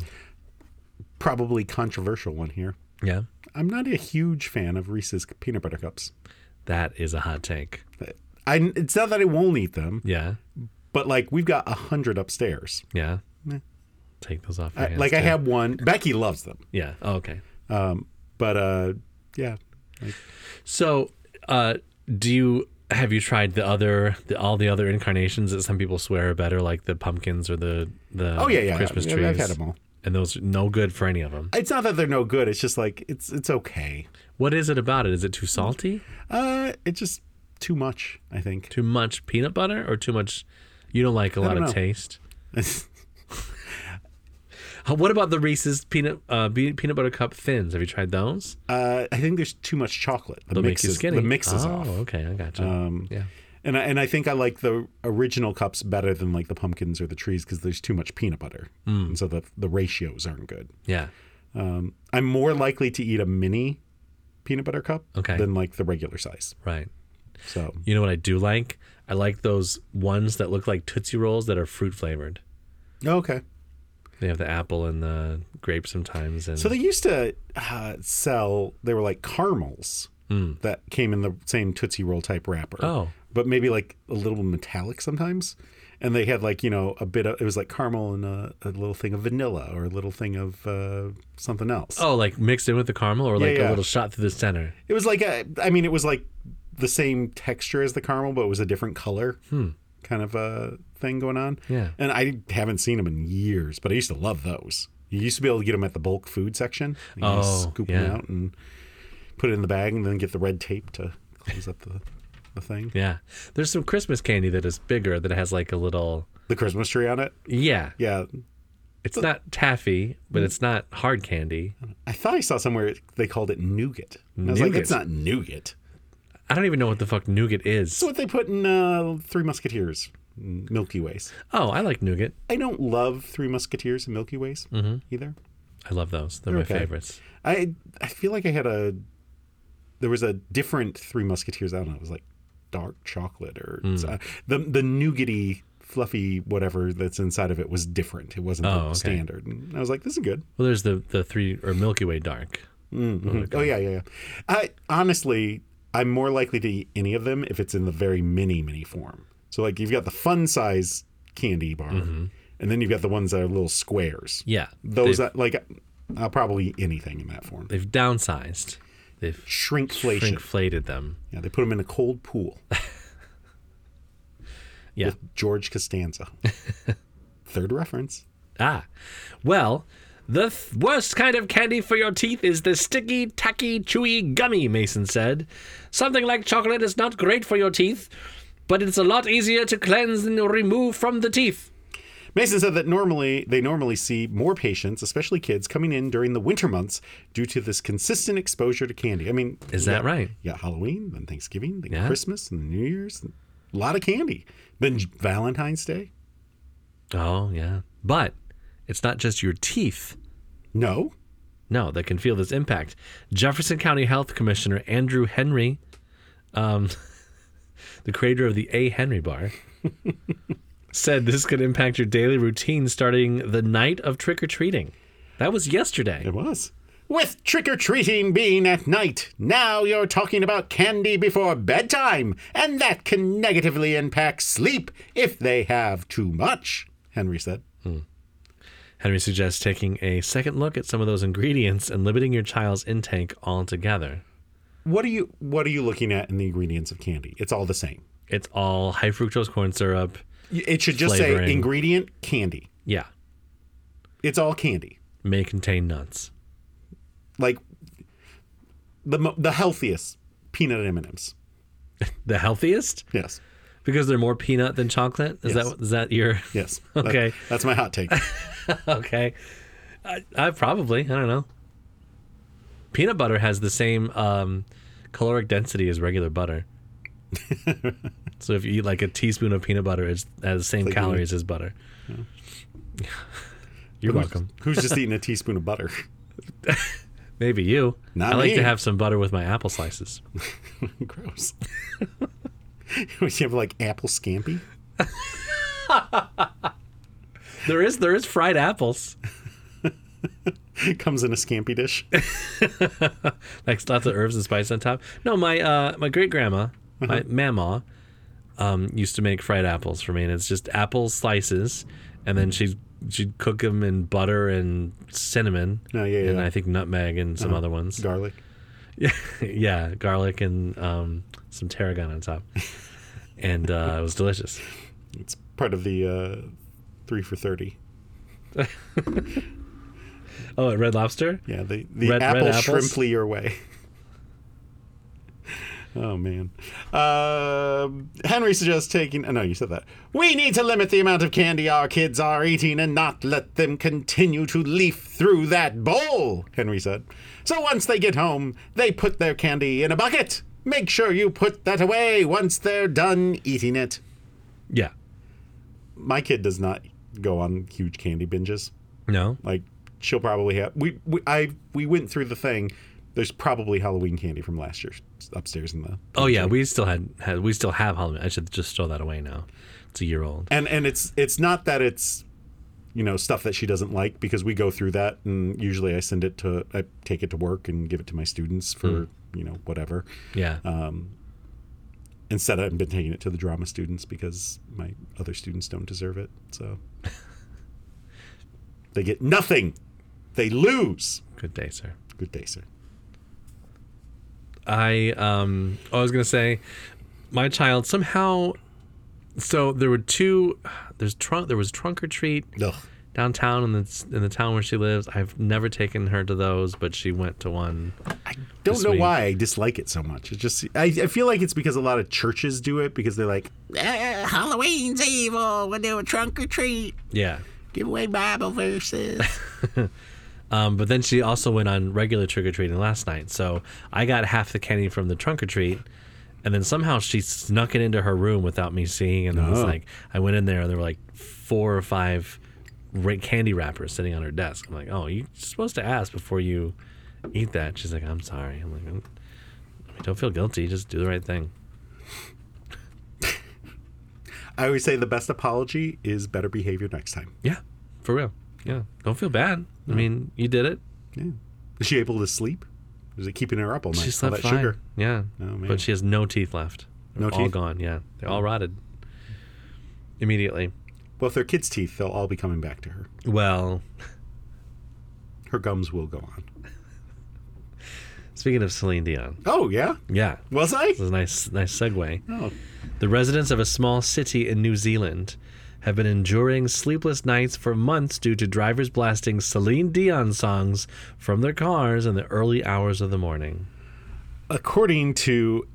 [SPEAKER 1] Probably controversial one here.
[SPEAKER 2] Yeah,
[SPEAKER 1] I'm not a huge fan of Reese's peanut butter cups.
[SPEAKER 2] that is a hot take.
[SPEAKER 1] I, it's not that I won't eat them,
[SPEAKER 2] Yeah,
[SPEAKER 1] but like we've got a hundred upstairs.
[SPEAKER 2] yeah. Take those off. Your
[SPEAKER 1] I,
[SPEAKER 2] hands
[SPEAKER 1] like I
[SPEAKER 2] too.
[SPEAKER 1] have one. Becky loves them,
[SPEAKER 2] Yeah. Oh, okay.
[SPEAKER 1] but uh, yeah,
[SPEAKER 2] So, uh, do you have you tried the other the, all the other incarnations that some people swear are better, like the pumpkins or the the
[SPEAKER 1] Oh yeah, yeah.
[SPEAKER 2] Christmas
[SPEAKER 1] yeah,
[SPEAKER 2] trees?
[SPEAKER 1] I've had them all.
[SPEAKER 2] and those are no good for any of them.
[SPEAKER 1] It's not that they're no good. It's just like it's it's okay.
[SPEAKER 2] What is it about it? Is it too salty,
[SPEAKER 1] Uh, it's just too much. I think.
[SPEAKER 2] too much peanut butter, or too much? You don't like a lot
[SPEAKER 1] don't
[SPEAKER 2] of
[SPEAKER 1] know.
[SPEAKER 2] taste. How- What about the Reese's peanut uh, be- peanut butter cup thins? Have you tried those?
[SPEAKER 1] uh, I think there's too much chocolate. The
[SPEAKER 2] They'll
[SPEAKER 1] mix
[SPEAKER 2] make you
[SPEAKER 1] is
[SPEAKER 2] skinny.
[SPEAKER 1] the mix is
[SPEAKER 2] oh,
[SPEAKER 1] off. Um,
[SPEAKER 2] okay, I gotcha. yeah,
[SPEAKER 1] And I, and I think I like the original cups better than like the pumpkins or the trees because there's too much peanut butter, and so the the ratios aren't good.
[SPEAKER 2] yeah.
[SPEAKER 1] Um, I'm more likely to eat a mini peanut butter cup
[SPEAKER 2] Okay.
[SPEAKER 1] than like the regular size.
[SPEAKER 2] Right.
[SPEAKER 1] So
[SPEAKER 2] You know what I do like? I like those ones that look like Tootsie Rolls that are fruit flavored.
[SPEAKER 1] okay.
[SPEAKER 2] They have the apple and the grape sometimes, and
[SPEAKER 1] So they used to uh, sell. They were like caramels that came in the same Tootsie Roll type wrapper.
[SPEAKER 2] Oh.
[SPEAKER 1] but maybe like a little metallic sometimes. And they had like you know a bit of it was like caramel and a, a little thing of vanilla or a little thing of uh, something else.
[SPEAKER 2] oh, like mixed in with the caramel, or like a
[SPEAKER 1] yeah.
[SPEAKER 2] little shot through the center.
[SPEAKER 1] It was like a, I mean it was like the same texture as the caramel, but it was a different color. Kind of a thing going on.
[SPEAKER 2] Hmm. Yeah.
[SPEAKER 1] And I haven't seen them in years, but I used to love those. You used to be able to get them at the bulk food section. You could just
[SPEAKER 2] Oh,
[SPEAKER 1] scoop
[SPEAKER 2] yeah.
[SPEAKER 1] them out and put it in the bag, and then get the red tape to close up the, the thing.
[SPEAKER 2] Yeah, there's some Christmas candy that is bigger that has like a little.
[SPEAKER 1] The Christmas tree on it.
[SPEAKER 2] Yeah,
[SPEAKER 1] Yeah,
[SPEAKER 2] it's not taffy, but it's not hard candy.
[SPEAKER 1] I thought I saw somewhere they called it nougat. And I was like,
[SPEAKER 2] Nougat.
[SPEAKER 1] it's not nougat.
[SPEAKER 2] I don't even know what the fuck nougat is.
[SPEAKER 1] It's what they put in uh, Three Musketeers, Milky Ways.
[SPEAKER 2] Oh, I like nougat.
[SPEAKER 1] I don't love Three Musketeers and Milky Ways
[SPEAKER 2] Mm-hmm.
[SPEAKER 1] either.
[SPEAKER 2] I love those. They're my
[SPEAKER 1] okay.
[SPEAKER 2] favorites.
[SPEAKER 1] I I feel like I had a there was a
[SPEAKER 2] Mm.
[SPEAKER 1] different Three Musketeers. I don't know. It was like dark chocolate or so- the the nougaty fluffy whatever that's inside of it was different. It wasn't
[SPEAKER 2] Oh,
[SPEAKER 1] the
[SPEAKER 2] okay.
[SPEAKER 1] standard. And I was like, this is good.
[SPEAKER 2] Well, there's the the three or Milky Way dark. Mm,
[SPEAKER 1] Oh yeah, yeah, yeah. I honestly, I'm more likely to eat any of them if it's in the very mini mini form. So like you've got the fun size candy bar,
[SPEAKER 2] Mm-hmm.
[SPEAKER 1] and then you've got the ones that are little squares.
[SPEAKER 2] Yeah,
[SPEAKER 1] Those
[SPEAKER 2] they've,
[SPEAKER 1] that like, I'll probably eat anything in that form.
[SPEAKER 2] they've downsized. They've
[SPEAKER 1] Shrinkflation.
[SPEAKER 2] shrinkflated them.
[SPEAKER 1] Yeah, they put them in a cold pool.
[SPEAKER 2] Yeah.
[SPEAKER 1] With George Costanza. Third reference.
[SPEAKER 2] Ah, well, the th- worst kind of candy for your teeth is the sticky, tacky, chewy gummy, Mason said. Something like chocolate is not great for your teeth, but it's a lot easier to cleanse and remove from the teeth.
[SPEAKER 1] Mason said that normally they normally see more patients, especially kids, coming in during the winter months due to this consistent exposure to candy. I mean,
[SPEAKER 2] Is
[SPEAKER 1] yeah,
[SPEAKER 2] that right?
[SPEAKER 1] Yeah, Halloween, then Thanksgiving, then
[SPEAKER 2] Yeah.
[SPEAKER 1] Christmas, and New Year's, and a lot of candy. Then Valentine's Day.
[SPEAKER 2] Oh, yeah. But it's not just your teeth.
[SPEAKER 1] No,
[SPEAKER 2] No, that can feel this impact. Jefferson County Health Commissioner Andrew Henry, um, the creator of the A. Henry Bar, said this could impact your daily routine starting the night of trick or treating. That was yesterday.
[SPEAKER 1] it was. With trick or treating being at night, now you're talking about candy before bedtime, and that can negatively impact sleep if they have too much, Henry said.
[SPEAKER 2] Henry suggests taking a second look at some of those ingredients and limiting your child's intake altogether.
[SPEAKER 1] What are you what are you looking at in the ingredients of candy? It's all the same.
[SPEAKER 2] It's all high fructose corn syrup.
[SPEAKER 1] It should just
[SPEAKER 2] Flavoring.
[SPEAKER 1] say ingredient candy.
[SPEAKER 2] Yeah,
[SPEAKER 1] It's all candy.
[SPEAKER 2] may contain nuts.
[SPEAKER 1] Like the mo- the healthiest peanut M&Ms.
[SPEAKER 2] The healthiest?
[SPEAKER 1] Yes.
[SPEAKER 2] Because they're more peanut than chocolate? Is
[SPEAKER 1] Yes.
[SPEAKER 2] that is that your
[SPEAKER 1] Yes. That-
[SPEAKER 2] Okay.
[SPEAKER 1] that's my hot take.
[SPEAKER 2] okay. I, I probably. I don't know. Peanut butter has the same um, caloric density as regular butter. so if you eat like a teaspoon of peanut butter, it's it has the same
[SPEAKER 1] like eating-
[SPEAKER 2] calories as butter. You're welcome.
[SPEAKER 1] Who's, who's just eating a teaspoon of butter?
[SPEAKER 2] Maybe you.
[SPEAKER 1] Not
[SPEAKER 2] I like
[SPEAKER 1] me.
[SPEAKER 2] to have some butter with my apple slices.
[SPEAKER 1] Gross. Would you have like apple scampi?
[SPEAKER 2] There is there is fried apples.
[SPEAKER 1] It comes in a scampi dish.
[SPEAKER 2] like lots of herbs and spices on top. No, my uh, my great grandma,
[SPEAKER 1] Uh-huh.
[SPEAKER 2] my mama, um, used to make fried apples for me, and it's just apple slices, and
[SPEAKER 1] Mm.
[SPEAKER 2] then she she'd cook them in butter and cinnamon,
[SPEAKER 1] Oh, yeah, Uh-huh.
[SPEAKER 2] and
[SPEAKER 1] yeah.
[SPEAKER 2] I think nutmeg and some other ones.
[SPEAKER 1] Garlic.
[SPEAKER 2] yeah, garlic and um, some tarragon on top, and uh, it was delicious.
[SPEAKER 1] It's part of the uh, 3 for 30.
[SPEAKER 2] Oh, at Red Lobster.
[SPEAKER 1] Yeah, the, the
[SPEAKER 2] Red- red
[SPEAKER 1] apple
[SPEAKER 2] apples?
[SPEAKER 1] shrimply your way. oh man, uh, Henry suggests taking. Oh, no, you said that. We need to limit the amount of candy our kids are eating and not let them continue to leaf through that bowl. Henry said. So once they get home, they put their candy in a bucket. Make sure you put that away once they're done eating it.
[SPEAKER 2] Yeah.
[SPEAKER 1] My kid does not go on huge candy binges
[SPEAKER 2] No.
[SPEAKER 1] like she'll probably have we, we i we went through the thing there's probably halloween candy from last year upstairs in the
[SPEAKER 2] Oh yeah, we still had, had we still have Halloween. I should just throw that away now. It's a year old.
[SPEAKER 1] and and it's it's not that it's you know stuff that she doesn't like because we go through that and usually i send it to i take it to work and give it to my students for you know whatever
[SPEAKER 2] Yeah.
[SPEAKER 1] Uh, instead i've been taking it to the drama students because my other students don't deserve it so they get nothing they lose
[SPEAKER 2] Good day, sir.
[SPEAKER 1] good day sir
[SPEAKER 2] I um I was gonna say my child somehow so there were two there's trunk there was trunk or treat
[SPEAKER 1] Ugh.
[SPEAKER 2] downtown in the in the town where she lives. I've never taken her to those, but she went to one.
[SPEAKER 1] I don't
[SPEAKER 2] This
[SPEAKER 1] know
[SPEAKER 2] week.
[SPEAKER 1] why I dislike it so much. It's just I, I feel like it's because a lot of churches do it because they're like
[SPEAKER 3] uh, Halloween's evil. We'll do a trunk or treat.
[SPEAKER 2] Yeah.
[SPEAKER 3] Give away Bible verses.
[SPEAKER 2] Um, but then she also went on regular trick or treating last night. So I got half the candy from the trunk or treat. And then somehow she snuck it into her room without me seeing. And it was
[SPEAKER 1] Oh.
[SPEAKER 2] like, I went in there and there were like four or five ra- candy wrappers sitting on her desk. I'm like, oh, you're supposed to ask before you eat that. She's like, I'm sorry. I'm like, "Mm, I mean, don't feel guilty. Just do the right thing.
[SPEAKER 1] I always say the best apology is better behavior next time.
[SPEAKER 2] Yeah, for real. Yeah, don't feel bad. I mean, you did it.
[SPEAKER 1] Yeah. Is she able to sleep? Is it keeping her up all night?
[SPEAKER 2] She
[SPEAKER 1] all
[SPEAKER 2] slept
[SPEAKER 1] that
[SPEAKER 2] fine.
[SPEAKER 1] sugar.
[SPEAKER 2] Yeah,
[SPEAKER 1] Oh, man.
[SPEAKER 2] but she has no teeth left.
[SPEAKER 1] No
[SPEAKER 2] They're all
[SPEAKER 1] teeth? Hmm.
[SPEAKER 2] gone. Yeah, they all rotted immediately.
[SPEAKER 1] Well, if they're kids' teeth, they'll all be coming back to her.
[SPEAKER 2] Well,
[SPEAKER 1] Her gums will go on.
[SPEAKER 2] speaking of Celine Dion,
[SPEAKER 1] Oh yeah,
[SPEAKER 2] yeah,
[SPEAKER 1] was I?
[SPEAKER 2] this is a nice, nice segue.
[SPEAKER 1] Oh,
[SPEAKER 2] The residents of a small city in New Zealand have been enduring sleepless nights for months due to drivers blasting Celine Dion songs from their cars in the early hours of the morning.
[SPEAKER 1] according to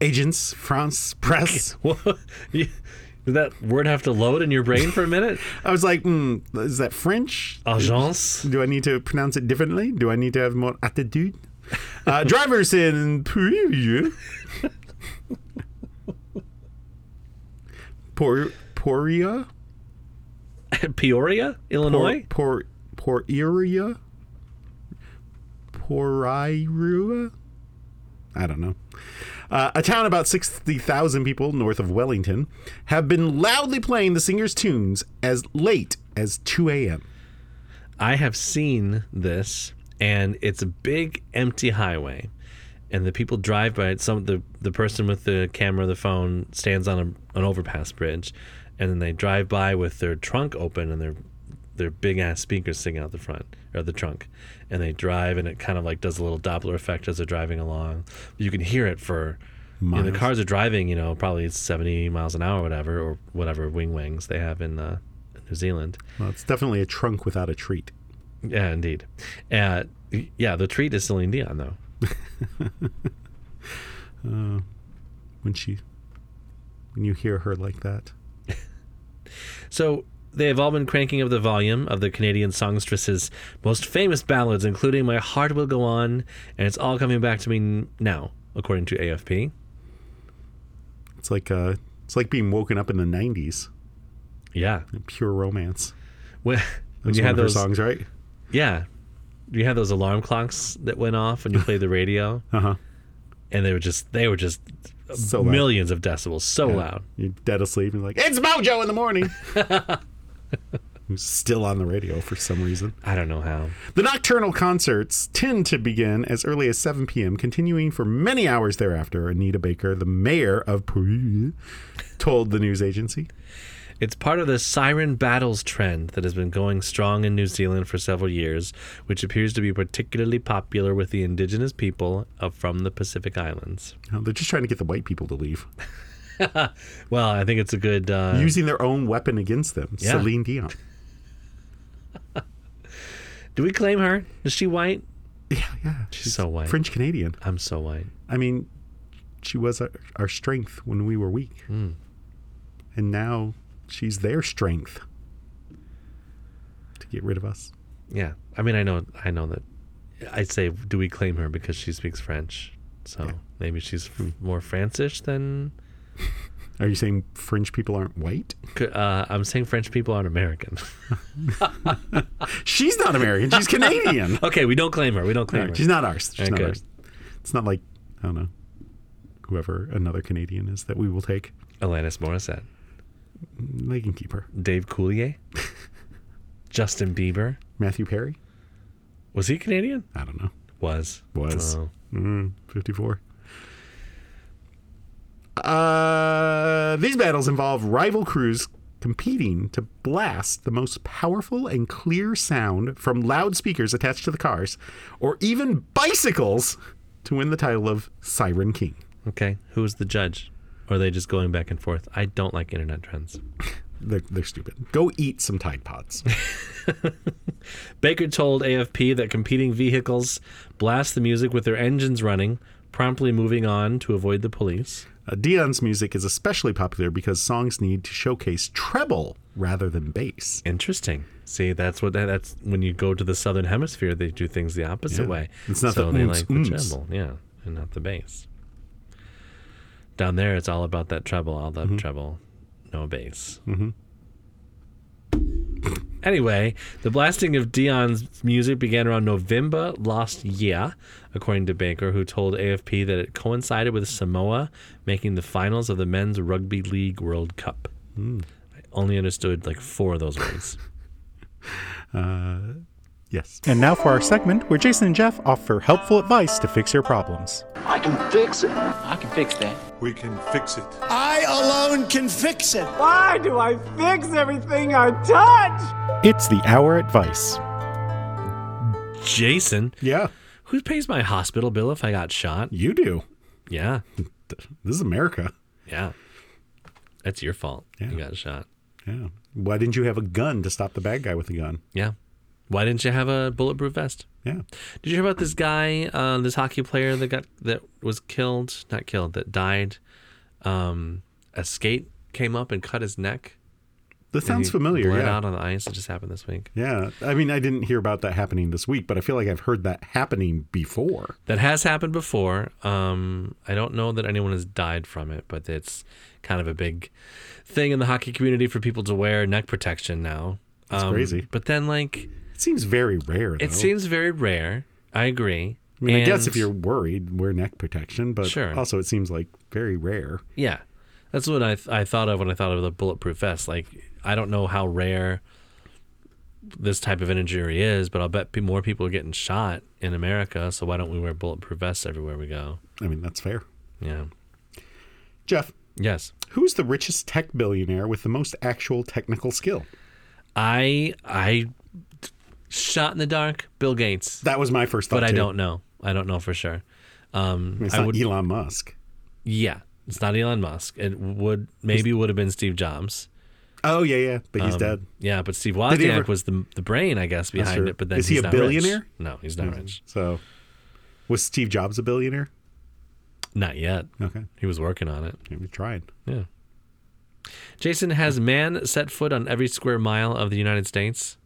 [SPEAKER 1] agents France Press,
[SPEAKER 2] What? You- Did that word have to load in your brain for a minute?
[SPEAKER 1] I was like, mm, is that French?
[SPEAKER 2] Agence?
[SPEAKER 1] Do I need to pronounce it differently? Do I need to have more attitude? Uh, drivers in Puri- Por Poria,
[SPEAKER 2] Peoria, Illinois?
[SPEAKER 1] Por Por Poria, Porirua. I don't know. Uh, a town about 60,000 people north of Wellington have been loudly playing the singer's tunes as late as 2 a.m.
[SPEAKER 2] I have seen this, and it's a big empty highway, and the people drive by it. Some the the person with the camera, the phone, stands on a, an overpass bridge, and then they drive by with their trunk open and their their big ass speakers sitting out the front or the trunk, and they drive, and it kind of like does a little Doppler effect as they're driving along. You can hear it for. you know, the
[SPEAKER 1] Miles.
[SPEAKER 2] cars are driving, you know, probably 70 miles an hour or whatever, or whatever wing wings they have in uh, New Zealand.
[SPEAKER 1] Well, it's definitely a trunk without a treat.
[SPEAKER 2] Yeah, indeed. Uh, yeah, the treat is Celine Dion, though.
[SPEAKER 1] when she when you hear her like that.
[SPEAKER 2] So they have all been cranking up the volume of the Canadian songstress's most famous ballads, including "My Heart Will Go On," and it's all coming back to me n- now, according to AFP.
[SPEAKER 1] It's like uh it's like being woken up in the nineties.
[SPEAKER 2] Yeah,
[SPEAKER 1] Pure romance.
[SPEAKER 2] when, when
[SPEAKER 1] That's
[SPEAKER 2] you
[SPEAKER 1] one
[SPEAKER 2] had
[SPEAKER 1] of her
[SPEAKER 2] those,
[SPEAKER 1] songs, right?
[SPEAKER 2] yeah, you had those alarm clocks that went off when you played the radio,
[SPEAKER 1] Uh-huh.
[SPEAKER 2] and they were just they were just
[SPEAKER 1] So loud.
[SPEAKER 2] millions of decibels, so loud.
[SPEAKER 1] You're dead asleep and you're like, It's Mojo in the morning. Who's still on the radio for some reason.
[SPEAKER 2] I don't know how.
[SPEAKER 1] The nocturnal concerts tend to begin as early as 7 p.m., continuing for many hours thereafter. Anita Baker, the mayor of Paris, told the news agency.
[SPEAKER 2] It's part of the siren battles trend that has been going strong in New Zealand for several years, which appears to be particularly popular with the indigenous people of from the Pacific Islands.
[SPEAKER 1] Oh, They're just trying to get the white people to leave,
[SPEAKER 2] Well, I think it's a good uh,
[SPEAKER 1] using their own weapon against them.
[SPEAKER 2] Yeah.
[SPEAKER 1] Celine Dion.
[SPEAKER 2] Do we claim her? Is she white?
[SPEAKER 1] Yeah, yeah.
[SPEAKER 2] She's so white.
[SPEAKER 1] French Canadian.
[SPEAKER 2] I'm so white.
[SPEAKER 1] I mean, she was our, our strength when we were weak.
[SPEAKER 2] Hmm.
[SPEAKER 1] And now she's their strength to get rid of us.
[SPEAKER 2] Yeah. I mean, I know I know that I'd say do we claim her because she speaks French. So, maybe she's f- more Francish than
[SPEAKER 1] Are you saying French people aren't white?
[SPEAKER 2] uh, I'm saying French people aren't American.
[SPEAKER 1] She's not American. She's Canadian.
[SPEAKER 2] okay, we don't claim her. We don't claim her.
[SPEAKER 1] She's not ours. She's
[SPEAKER 2] Okay.
[SPEAKER 1] not ours. It's not like, I don't know, whoever another Canadian is that we will take.
[SPEAKER 2] Alanis Morissette.
[SPEAKER 1] They can keep her.
[SPEAKER 2] Dave Coulier, Justin Bieber.
[SPEAKER 1] Matthew Perry?
[SPEAKER 2] Was he Canadian?
[SPEAKER 1] I don't know.
[SPEAKER 2] Was.
[SPEAKER 1] Was.
[SPEAKER 2] Oh.
[SPEAKER 4] Mm-hmm.
[SPEAKER 1] Mm, 54. Uh, these battles involve rival crews competing to blast the most powerful and clear sound from loudspeakers attached to the cars or even bicycles to win the title of Siren King.
[SPEAKER 2] Okay. Who was the judge? Or are they just going back and forth? I don't like internet trends.
[SPEAKER 1] They're, they're stupid. Go eat some Tide Pods.
[SPEAKER 2] Baker told AFP that competing vehicles blast the music with their engines running, promptly moving on to avoid the police.
[SPEAKER 1] Uh, Dion's music is especially popular because songs need to showcase treble rather than bass.
[SPEAKER 2] Interesting. See, that's what that, that's when you go to the southern hemisphere, they do things the opposite
[SPEAKER 1] Yeah.
[SPEAKER 2] way.
[SPEAKER 1] It's not
[SPEAKER 2] so
[SPEAKER 1] the
[SPEAKER 2] they
[SPEAKER 1] ooms,
[SPEAKER 2] like the
[SPEAKER 1] ooms.
[SPEAKER 2] treble, yeah, and not the bass. Down there, it's all about
[SPEAKER 1] Mm-hmm.
[SPEAKER 2] that treble, all that treble, no bass. Mm-hmm. Anyway, the blasting of Dion's music began around November last year, according to Baker, who told AFP that it coincided with Samoa making the finals of the Men's Rugby League World Cup.
[SPEAKER 1] Mm.
[SPEAKER 2] I only understood like four of those words.
[SPEAKER 1] Yes.
[SPEAKER 4] And now for our segment where Jason and Jeff offer helpful advice to fix your problems.
[SPEAKER 5] I can fix it.
[SPEAKER 6] I can fix that.
[SPEAKER 7] We can fix it.
[SPEAKER 8] I alone can fix it.
[SPEAKER 9] Why do I fix everything I touch?
[SPEAKER 4] It's the Hour Advice.
[SPEAKER 2] Jason,
[SPEAKER 1] Yeah.
[SPEAKER 2] who pays my hospital bill if I got shot?
[SPEAKER 1] You do.
[SPEAKER 2] Yeah,
[SPEAKER 1] This is America.
[SPEAKER 2] yeah. That's your fault. You got shot.
[SPEAKER 1] Yeah. Why didn't you have a gun to stop the bad guy with a gun?
[SPEAKER 2] Yeah. Why didn't you have a bulletproof vest?
[SPEAKER 1] Yeah.
[SPEAKER 2] Did you hear about this guy, uh, this hockey player that got that was killed, not killed, that died? Um, a skate came up and cut his neck.
[SPEAKER 1] That
[SPEAKER 2] and
[SPEAKER 1] sounds
[SPEAKER 2] he
[SPEAKER 1] familiar.
[SPEAKER 2] Bled
[SPEAKER 1] Yeah.
[SPEAKER 2] out on the ice. It just happened this week.
[SPEAKER 1] Yeah. I mean, I didn't hear about that happening this week, but I feel like I've heard that happening before.
[SPEAKER 2] That has happened before. Um, I don't know that anyone has died from it, but it's kind of a big thing in the hockey community for people to wear neck protection now. That's
[SPEAKER 1] crazy.
[SPEAKER 2] But then, like,
[SPEAKER 1] It seems very rare, though.
[SPEAKER 2] it seems very rare. I agree.
[SPEAKER 1] I mean, I guess
[SPEAKER 2] And-
[SPEAKER 1] if you're worried, wear neck protection, but
[SPEAKER 2] Sure.
[SPEAKER 1] also it seems like very rare.
[SPEAKER 2] Yeah, that's what I I thought of when I thought of the bulletproof vest. Like I don't know how rare this type of an injury is, but I'll bet pe- more people are getting shot in America. So why don't we wear bulletproof vests everywhere we go?
[SPEAKER 1] I mean, that's fair.
[SPEAKER 2] Yeah.
[SPEAKER 1] Jeff,
[SPEAKER 2] Yes.
[SPEAKER 1] who's the richest tech billionaire with the most actual technical skill?
[SPEAKER 2] I I shot in the dark. Bill Gates,
[SPEAKER 1] That was my first thought.
[SPEAKER 2] but I
[SPEAKER 1] too.
[SPEAKER 2] don't know. I don't know for sure.
[SPEAKER 1] I mean, it's
[SPEAKER 2] I
[SPEAKER 1] not
[SPEAKER 2] would-
[SPEAKER 1] Elon Musk.
[SPEAKER 2] Yeah, it's not Elon Musk. It would maybe would have been Steve Jobs.
[SPEAKER 1] Oh yeah, yeah, but
[SPEAKER 2] Um,
[SPEAKER 1] he's dead.
[SPEAKER 2] Yeah, but Steve
[SPEAKER 1] Did he
[SPEAKER 2] Wozniak
[SPEAKER 1] ever-
[SPEAKER 2] was the the brain, I guess, behind
[SPEAKER 1] true.
[SPEAKER 2] it. But then
[SPEAKER 1] Is he
[SPEAKER 2] he's
[SPEAKER 1] a
[SPEAKER 2] not rich.
[SPEAKER 1] billionaire?
[SPEAKER 2] No, he's not rich.
[SPEAKER 1] So, was Steve Jobs a billionaire?
[SPEAKER 2] Not yet.
[SPEAKER 1] Okay,
[SPEAKER 2] He was working on it.
[SPEAKER 1] we tried.
[SPEAKER 2] Yeah. Jason
[SPEAKER 1] Hmm.
[SPEAKER 2] has man set foot on every square mile of the United States.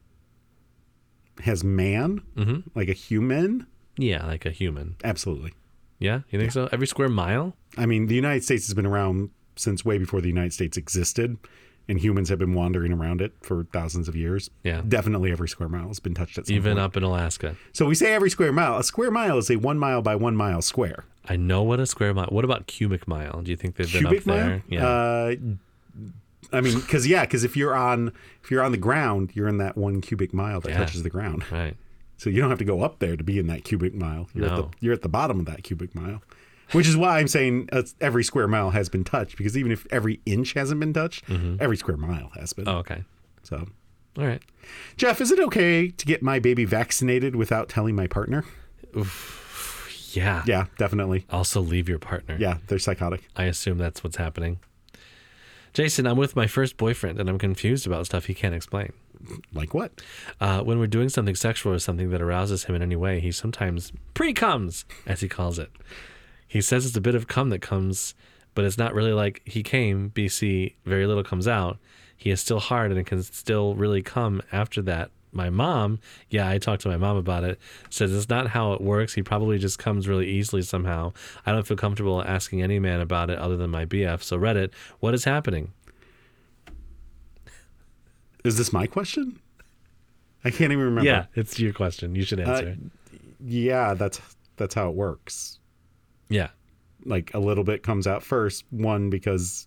[SPEAKER 1] Has man,
[SPEAKER 2] Mm-hmm.
[SPEAKER 1] like a human,
[SPEAKER 2] Yeah, like a human.
[SPEAKER 1] absolutely.
[SPEAKER 2] Yeah, you think so? Every square mile?
[SPEAKER 1] I mean, the United States has been around since way before the United States existed, and humans have been wandering around it for thousands of years.
[SPEAKER 2] Yeah.
[SPEAKER 1] definitely every square mile has been touched at some
[SPEAKER 2] Even
[SPEAKER 1] point.
[SPEAKER 2] up in Alaska.
[SPEAKER 1] So we say every square mile. A square mile is a one mile by one mile square.
[SPEAKER 2] I know what a square mile. What about cubic mile? Do you think they've been
[SPEAKER 1] Cubic
[SPEAKER 2] up there?
[SPEAKER 1] mile.
[SPEAKER 2] Yeah.
[SPEAKER 1] Uh, I mean, because yeah, because if you're on if you're on the ground, you're in that one cubic mile that
[SPEAKER 2] Yeah.
[SPEAKER 1] touches the ground.
[SPEAKER 2] right.
[SPEAKER 1] So you don't have to go up there to be in that cubic mile. You're at the
[SPEAKER 2] No.
[SPEAKER 1] you're at the bottom of that cubic mile, which is why I'm saying uh, every square mile has been touched. Because even if every inch hasn't been touched, every square mile has been.
[SPEAKER 2] Mm-hmm. Oh, okay.
[SPEAKER 1] So,
[SPEAKER 2] All right.
[SPEAKER 1] Jeff, is it okay to get my baby vaccinated without telling my partner?
[SPEAKER 2] Yeah.
[SPEAKER 1] Yeah, definitely.
[SPEAKER 2] Also, leave your partner.
[SPEAKER 1] Yeah, they're psychotic.
[SPEAKER 2] I assume that's what's happening. Jason, I'm with my first boyfriend and I'm confused about stuff he can't explain.
[SPEAKER 1] Like what?
[SPEAKER 2] Uh, when we're doing something sexual or something that arouses him in any way, he sometimes pre comes, as he calls it. He says it's a bit of cum that comes, but it's not really like he came, BC, very little comes out. He is still hard and it can still really come after that. My mom, yeah, I talked to my mom about it, says it's not how it works. He probably just comes really easily somehow. I don't feel comfortable asking any man about it other than my BF. So, Reddit, what is happening?
[SPEAKER 1] Is this my question? I can't even remember.
[SPEAKER 2] Yeah, it's your question. You should answer.
[SPEAKER 1] yeah, that's that's how it works.
[SPEAKER 2] yeah.
[SPEAKER 1] Like a little bit comes out first, one because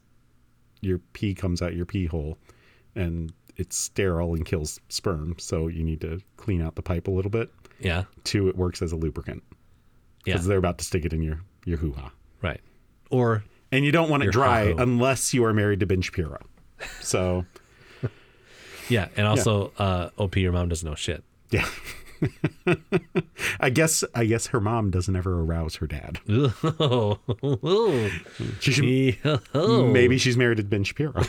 [SPEAKER 1] your pee comes out your pee hole, and it's sterile and kills sperm, so you need to clean out the pipe a little bit.
[SPEAKER 2] Yeah.
[SPEAKER 1] Two, it works as a lubricant
[SPEAKER 2] Yeah.
[SPEAKER 1] because they're about to stick it in your your hoo ha,
[SPEAKER 2] Right. Or
[SPEAKER 1] and you don't want it dry
[SPEAKER 2] ha-ho.
[SPEAKER 1] unless you are married to Ben Shapiro. So
[SPEAKER 2] Yeah, and also Uh, OP, your mom doesn't know shit.
[SPEAKER 1] yeah. I guess I guess her mom doesn't ever arouse her dad. She should Maybe she's married to Ben Shapiro.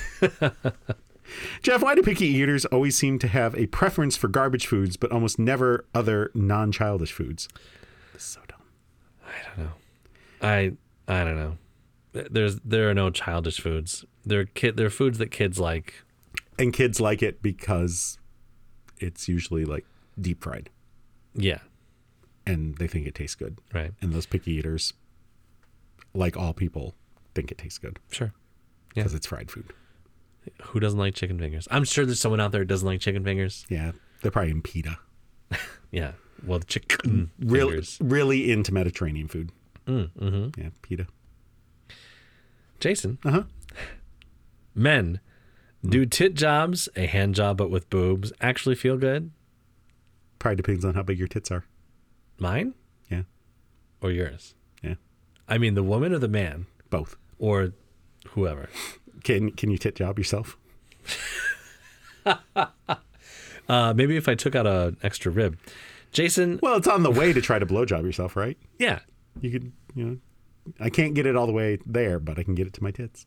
[SPEAKER 1] Jeff, why do picky eaters always seem to have a preference for garbage foods, but almost never other non-childish foods? This is so dumb.
[SPEAKER 2] I I don't know. Th- There's there are no childish foods. They're kid they're foods that kids like.
[SPEAKER 1] And kids like it because it's usually like deep fried,
[SPEAKER 2] Yeah,
[SPEAKER 1] and they think it tastes good.
[SPEAKER 2] right.
[SPEAKER 1] And those picky eaters, like all people, think it tastes good
[SPEAKER 2] Sure.
[SPEAKER 1] because it's fried food.
[SPEAKER 2] Who doesn't like chicken fingers? I'm sure there's someone out there who doesn't like chicken fingers.
[SPEAKER 1] Yeah, they're probably in pita.
[SPEAKER 2] Yeah. Well, the chicken
[SPEAKER 1] Real,
[SPEAKER 2] fingers.
[SPEAKER 1] really into Mediterranean food. mm-hmm. Yeah, pita.
[SPEAKER 2] Jason.
[SPEAKER 1] Uh-huh.
[SPEAKER 2] Men do tit jobs, a hand job but with boobs, actually feel good?
[SPEAKER 1] Probably depends on how big your tits are.
[SPEAKER 2] Mine
[SPEAKER 1] Yeah,
[SPEAKER 2] or yours?
[SPEAKER 1] yeah,
[SPEAKER 2] I mean, the woman or the man
[SPEAKER 1] both.
[SPEAKER 2] or whoever.
[SPEAKER 1] Can can you tit job yourself?
[SPEAKER 2] Uh, maybe if I took out an extra rib. Jason,
[SPEAKER 1] Well, it's on the way to try to blowjob yourself, right?
[SPEAKER 2] yeah.
[SPEAKER 1] You could, you know, I can't get it all the way there, but I can get it to my tits.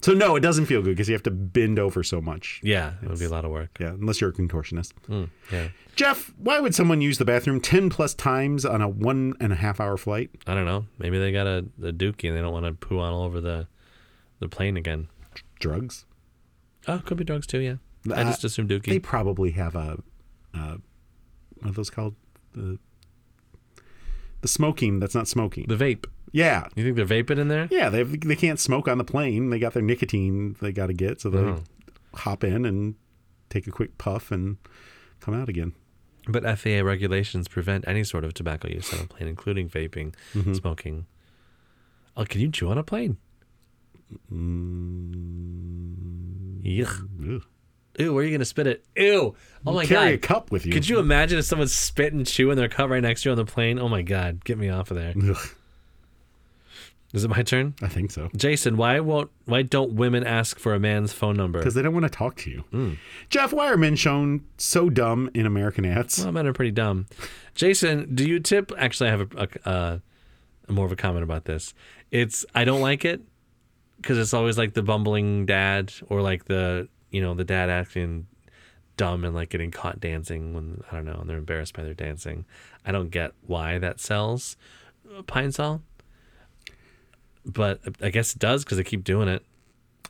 [SPEAKER 1] so no, it doesn't feel good because you have to bend over so much.
[SPEAKER 2] Yeah, it would be a lot of work.
[SPEAKER 1] Yeah, unless you're a contortionist.
[SPEAKER 2] Hmm, Yeah.
[SPEAKER 1] Jeff, why would someone use the bathroom ten plus times on a one and a half hour flight?
[SPEAKER 2] I don't know. Maybe they got a, a dookie and they don't want to poo on all over the the plane again.
[SPEAKER 1] Drugs?
[SPEAKER 2] Oh, could be drugs too, yeah. I
[SPEAKER 1] Uh,
[SPEAKER 2] just assume dookie.
[SPEAKER 1] They probably have a, uh, what are those called? The the smoking that's not smoking.
[SPEAKER 2] the vape.
[SPEAKER 1] yeah,
[SPEAKER 2] You think they're vaping in there?
[SPEAKER 1] yeah. They they can't smoke on the plane. They got their nicotine they got to get, so they
[SPEAKER 2] Oh.
[SPEAKER 1] hop in and take a quick puff and come out again.
[SPEAKER 2] But FAA regulations prevent any sort of tobacco use on a plane, including vaping,
[SPEAKER 1] Mm-hmm.
[SPEAKER 2] smoking. Oh, can you chew on a plane?
[SPEAKER 1] Mm.
[SPEAKER 2] Yuck.
[SPEAKER 1] Ugh.
[SPEAKER 2] Ew, where are you going to spit it? Ew. Oh my
[SPEAKER 1] Carry
[SPEAKER 2] God.
[SPEAKER 1] a cup with you.
[SPEAKER 2] Could you imagine if someone spit and chew in their cup right next to you on the plane? Oh my God. Get me off of there.
[SPEAKER 1] Ugh,
[SPEAKER 2] Is it my turn?
[SPEAKER 1] I think so.
[SPEAKER 2] Jason, why won't why don't women ask for a man's phone number?
[SPEAKER 1] Because they don't want to talk to you.
[SPEAKER 2] Mm.
[SPEAKER 1] Jeff, why are men shown so dumb in American ads?
[SPEAKER 2] Well, men are pretty dumb. Jason, do you tip? Actually, I have a, a, uh, more of a comment about this. It's I don't like it because it's always like the bumbling dad or like the you know the dad acting dumb and like getting caught dancing when I don't know and they're embarrassed by their dancing. I don't get why that sells uh, Pine Sol, but I guess it does because they keep doing it.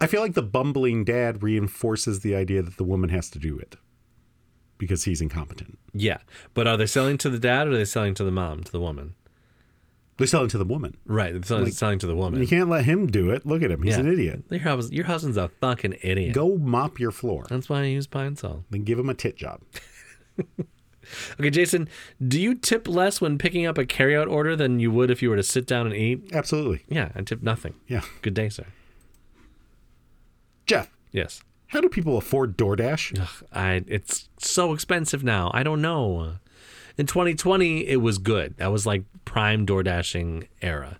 [SPEAKER 1] I feel like the bumbling dad reinforces the idea that the woman has to do it because he's incompetent.
[SPEAKER 2] Yeah, but are they selling to the dad or are they selling to the mom to the woman?
[SPEAKER 1] They sell it to the woman.
[SPEAKER 2] Right, they're selling, selling to the woman.
[SPEAKER 1] You can't let him do it. Look at him. He's an
[SPEAKER 2] Yeah.
[SPEAKER 1] idiot.
[SPEAKER 2] Your, hus- your husband's a fucking idiot.
[SPEAKER 1] Go mop your floor.
[SPEAKER 2] That's why I use pine sol.
[SPEAKER 1] Then give him a tit job.
[SPEAKER 2] Okay, Jason, do you tip less when picking up a carryout order than you would if you were to sit down and eat?
[SPEAKER 1] Absolutely.
[SPEAKER 2] Yeah, I tip nothing.
[SPEAKER 1] Yeah.
[SPEAKER 2] Good day, sir.
[SPEAKER 1] Jeff,
[SPEAKER 2] Yes.
[SPEAKER 1] how do people afford DoorDash?
[SPEAKER 2] Ugh, I it's so expensive now. I don't know. In 2020, it was good. That was like prime door dashing era,